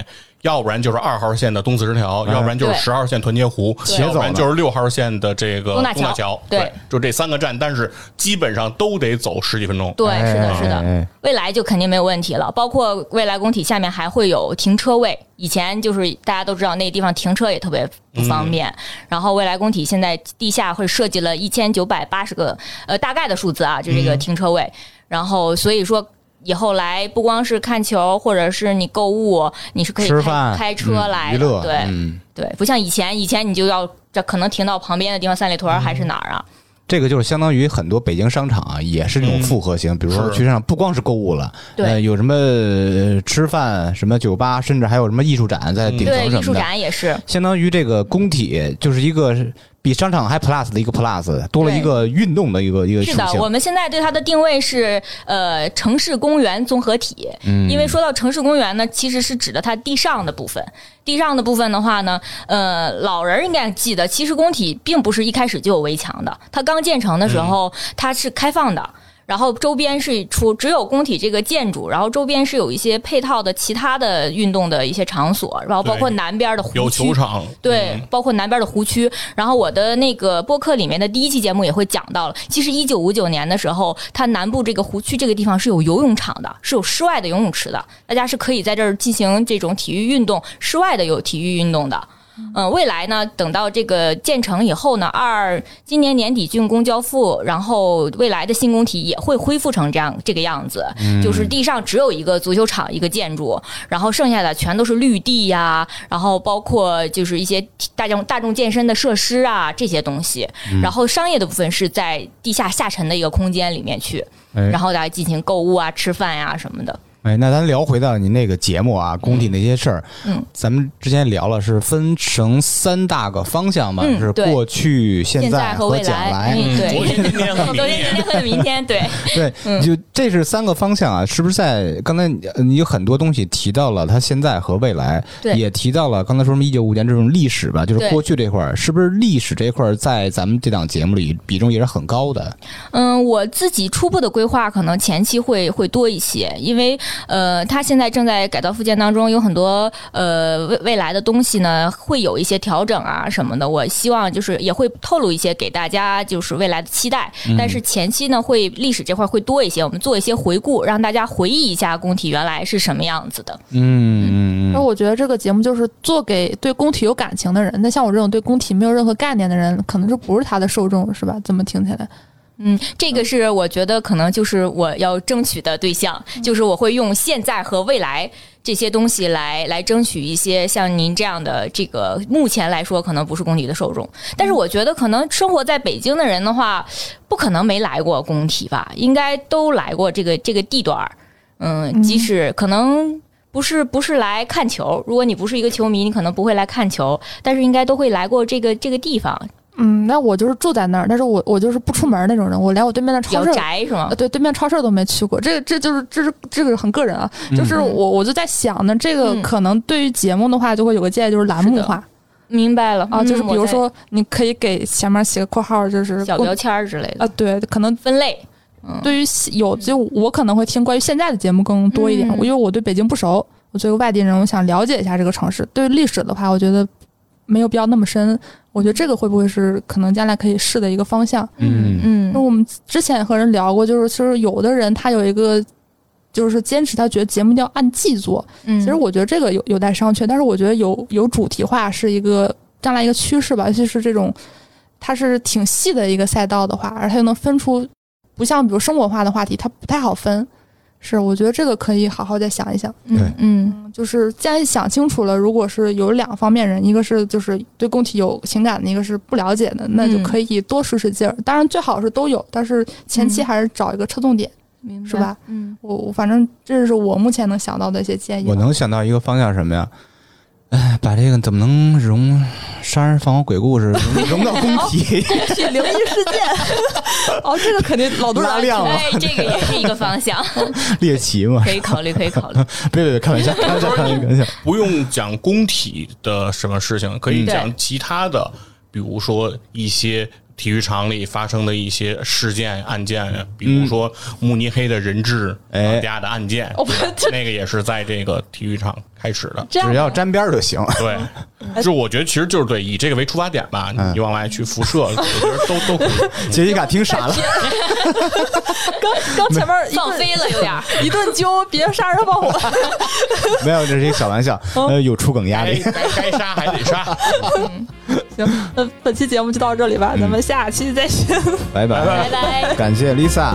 S2: 要不然就是二号线的东四十条，
S3: 嗯
S2: 要不然就是十号线团结湖，
S3: 对
S2: 要不然就是六号线的这个
S4: 东大
S2: 东大
S4: 桥
S2: 桥。
S4: 对
S2: 对，就这三个站，但是基本上都得走十几分钟。
S4: 对，
S3: 哎
S4: 是的，是
S3: 哎
S4: 的，
S3: 哎
S4: 未来就肯定没有问题了。包括未来工体下面还会有停车位，以前就是大家都知道那地方停车也特别不方便。
S3: 嗯
S4: 然后未来工体现在地下会设计了一千九百八十个，呃，大概的数字啊，就这个
S3: 嗯
S4: 停车位。然后所以说。以后来不光是看球，或者是你购物，你是可以开
S3: 吃饭、
S4: 开车
S3: 嗯
S4: 来
S3: 娱
S4: 的，
S3: 乐，
S4: 对、
S3: 嗯，
S4: 对，不像以前，以前你就要这可能停到旁边的地方，三里屯儿
S3: 嗯
S4: 还是哪儿啊？
S3: 这个就是相当于很多北京商场啊，也是这种
S2: 嗯
S3: 复合型，比如说
S2: 是
S3: 去商场不光是购物了，
S4: 对
S3: 呃有什么呃吃饭、什么酒吧，甚至还有什么艺术展在顶
S4: 嗯对，
S3: 层
S4: 艺
S3: 什
S4: 术
S3: 么的，
S4: 展也是，
S3: 相当于这个工体就是一个比商场还 plus 的一个 plus，多了一个运动的一个一个属
S4: 是的，我
S3: 性。
S4: 们现在对它的定位是呃城市公园综合体，
S3: 嗯
S4: 因为说到城市公园呢，其实是指的它地上的部分。地上的部分的话呢，呃，老人应该记得，
S3: 嗯
S4: 其实工体并不是一开始就有围墙的，它刚建成的时候、它是开放的。然后周边是除只有工体这个建筑，然后周边是有一些配套的其他的运动的一些场所，然后包括
S2: 对
S4: 南边的湖区
S2: 有球场，嗯
S4: 对，包括南边的湖区。然后我的那个播客里面的第一期节目也会讲到了，其实一九五九年的时候，它南部这个湖区这个地方是有游泳场的，是有室外的游泳池的，大家是可以在这儿进行这种体育运动，室外的有体育运动的。嗯，未来呢，等到这个建成以后呢，二今年年底竣工交付，然后未来的新工体也会恢复成这样这个样子，就是地上只有一个足球场一个建筑，然后剩下的全都是绿地呀、然后包括就是一些大众大众健身的设施啊这些东西，然后商业的部分是在地下下沉的一个空间里面去，
S3: 哎
S4: 然后大家进行购物啊、吃饭呀、什么的。
S3: 哎，那咱聊回到你那个节目啊，工体那些事儿，
S4: 嗯，
S3: 咱们之前聊了是分成三大个方向嘛，
S4: 嗯
S3: 是
S4: 对
S3: 过去、现
S4: 现在和
S3: 和
S4: 未
S3: 将
S4: 来
S3: 来。
S2: 嗯，
S4: 嗯对
S2: 昨 天、今天和明
S4: 昨天、今
S2: 天
S4: 天。和明天，对，
S3: 对，
S4: 嗯
S3: 就这是三个方向啊，是不是在刚才你呃你有很多东西提到了它现在和未来，
S4: 对
S3: 也提到了刚才说什么一九五年这种历史吧，就是
S4: 对
S3: 过去这块儿，是不是历史这块儿在咱们这档节目里比重也是很高的？
S4: 嗯，我自己初步的规划可能前期会会多一些，因为呃，它现在正在改造复建当中，有很多呃未未来的东西呢，会有一些调整啊什么的。我希望就是也会透露一些给大家就是未来的期待，但是前期呢会历史这块会多一些，我们做一些回顾，让大家回忆一下工体原来是什么样子的。
S3: 嗯嗯
S1: 然后我觉得这个节目就是做给对工体有感情的人，那像我这种对工体没有任何概念的人，可能就不是他的受众，是吧？这么听起来，
S4: 嗯，这个是我觉得可能就是我要争取的对象，
S1: 嗯
S4: 就是我会用现在和未来这些东西来来争取一些像您这样的这个目前来说可能不是工体的受众，但
S1: 嗯
S4: 是我觉得可能生活在北京的人的话，不可能没来过工体吧，应该都来过这个这个地段儿，嗯，即使可能。不是不是来看球，如果你不是一个球迷，你可能不会来看球，但是应该都会来过这个这个地方，
S1: 嗯，那我就是住在那儿，但是我我就是不出门那种人，我连我对面的
S4: 比较
S1: 超市。
S4: 宅是吗
S1: 呃，？对，对面超市都没去过，这这就是这是这个很个人啊，就是
S4: 嗯
S1: 我我就在想呢，这个
S4: 嗯
S1: 可能对于节目的话，就会有个建议，就是栏目化
S4: 明白了
S1: 啊，就是
S4: 嗯
S1: 比如
S4: 我在
S1: 说你可以给前面写个括号，就是
S4: 小
S1: 公
S4: 标签儿之类的
S1: 啊，对，可能
S4: 呃分类。
S1: 对于现有就我可能会听关于现在的节目更多一点，因
S4: 嗯
S1: 为我对北京不熟，我作为一个外地人，我想了解一下这个城市。对于历史的话，我觉得没有必要那么深。我觉得这个会不会是可能将来可以试的一个方向？
S3: 嗯
S4: 嗯
S1: 因为我们之前也和人聊过，就是其实有的人他有一个。就是坚持，他觉得节目一定要按季做。
S4: 嗯
S1: 其实我觉得这个有有待商榷，但是我觉得有有主题化是一个将来一个趋势吧，尤其是这种它是挺细的一个赛道的话，而它又能分出，不像比如生活化的话题，它不太好分。是，我觉得这个可以好好再想一想。
S4: 嗯嗯
S1: 就是既然想清楚了，如果是有两方面人，一个是就是对工体有情感的，一个是不了解的，那就
S4: 嗯
S1: 可以多使使劲儿。当然最好是都有，但是前期
S4: 嗯
S1: 还是找一个侧重点，
S4: 明白
S1: 是吧？
S4: 嗯
S1: 我我反正这是我目前能想到的一些建议吧。
S3: 我能想到一个方向是什么呀？ 哎，把这个怎么能融杀人放火鬼故事 融融到工体？
S1: 去灵异事件。 哦，这个肯定老多人
S3: 拉亮了
S4: 哎，这个也是一个方向，
S3: 猎奇嘛？
S4: 可以考虑，可以考虑。
S3: 别别别，开玩笑，开玩笑，开玩笑。
S2: 不用讲工体的什么事情，可以
S4: 嗯
S2: 讲
S4: 对
S2: 其他的，比如说一些体育场里发生的一些事件案件，比如说慕尼黑的人质
S3: 哎
S2: 绑架的案件，
S1: 哦不这
S2: 那个也是在这个体育场开始的。
S1: 这样
S3: 只要沾边儿就行。
S2: 对，就是我觉得其实就是对以这个为出发点吧，你往外去辐射，我觉得都都可以。
S3: 杰西卡听傻了，
S1: 刚刚前面一
S4: 放
S1: 顿
S4: 飞了有点儿。
S1: 一顿揪，别杀人放火。
S3: 没有，这是一个小玩笑，呃，有出梗压
S2: 该
S3: 力。
S2: 该哎该杀还得杀，
S1: 行，那本期节目就到这里吧，咱们下期再见。
S3: 拜拜，
S4: 拜拜。
S3: 感谢 Lisa。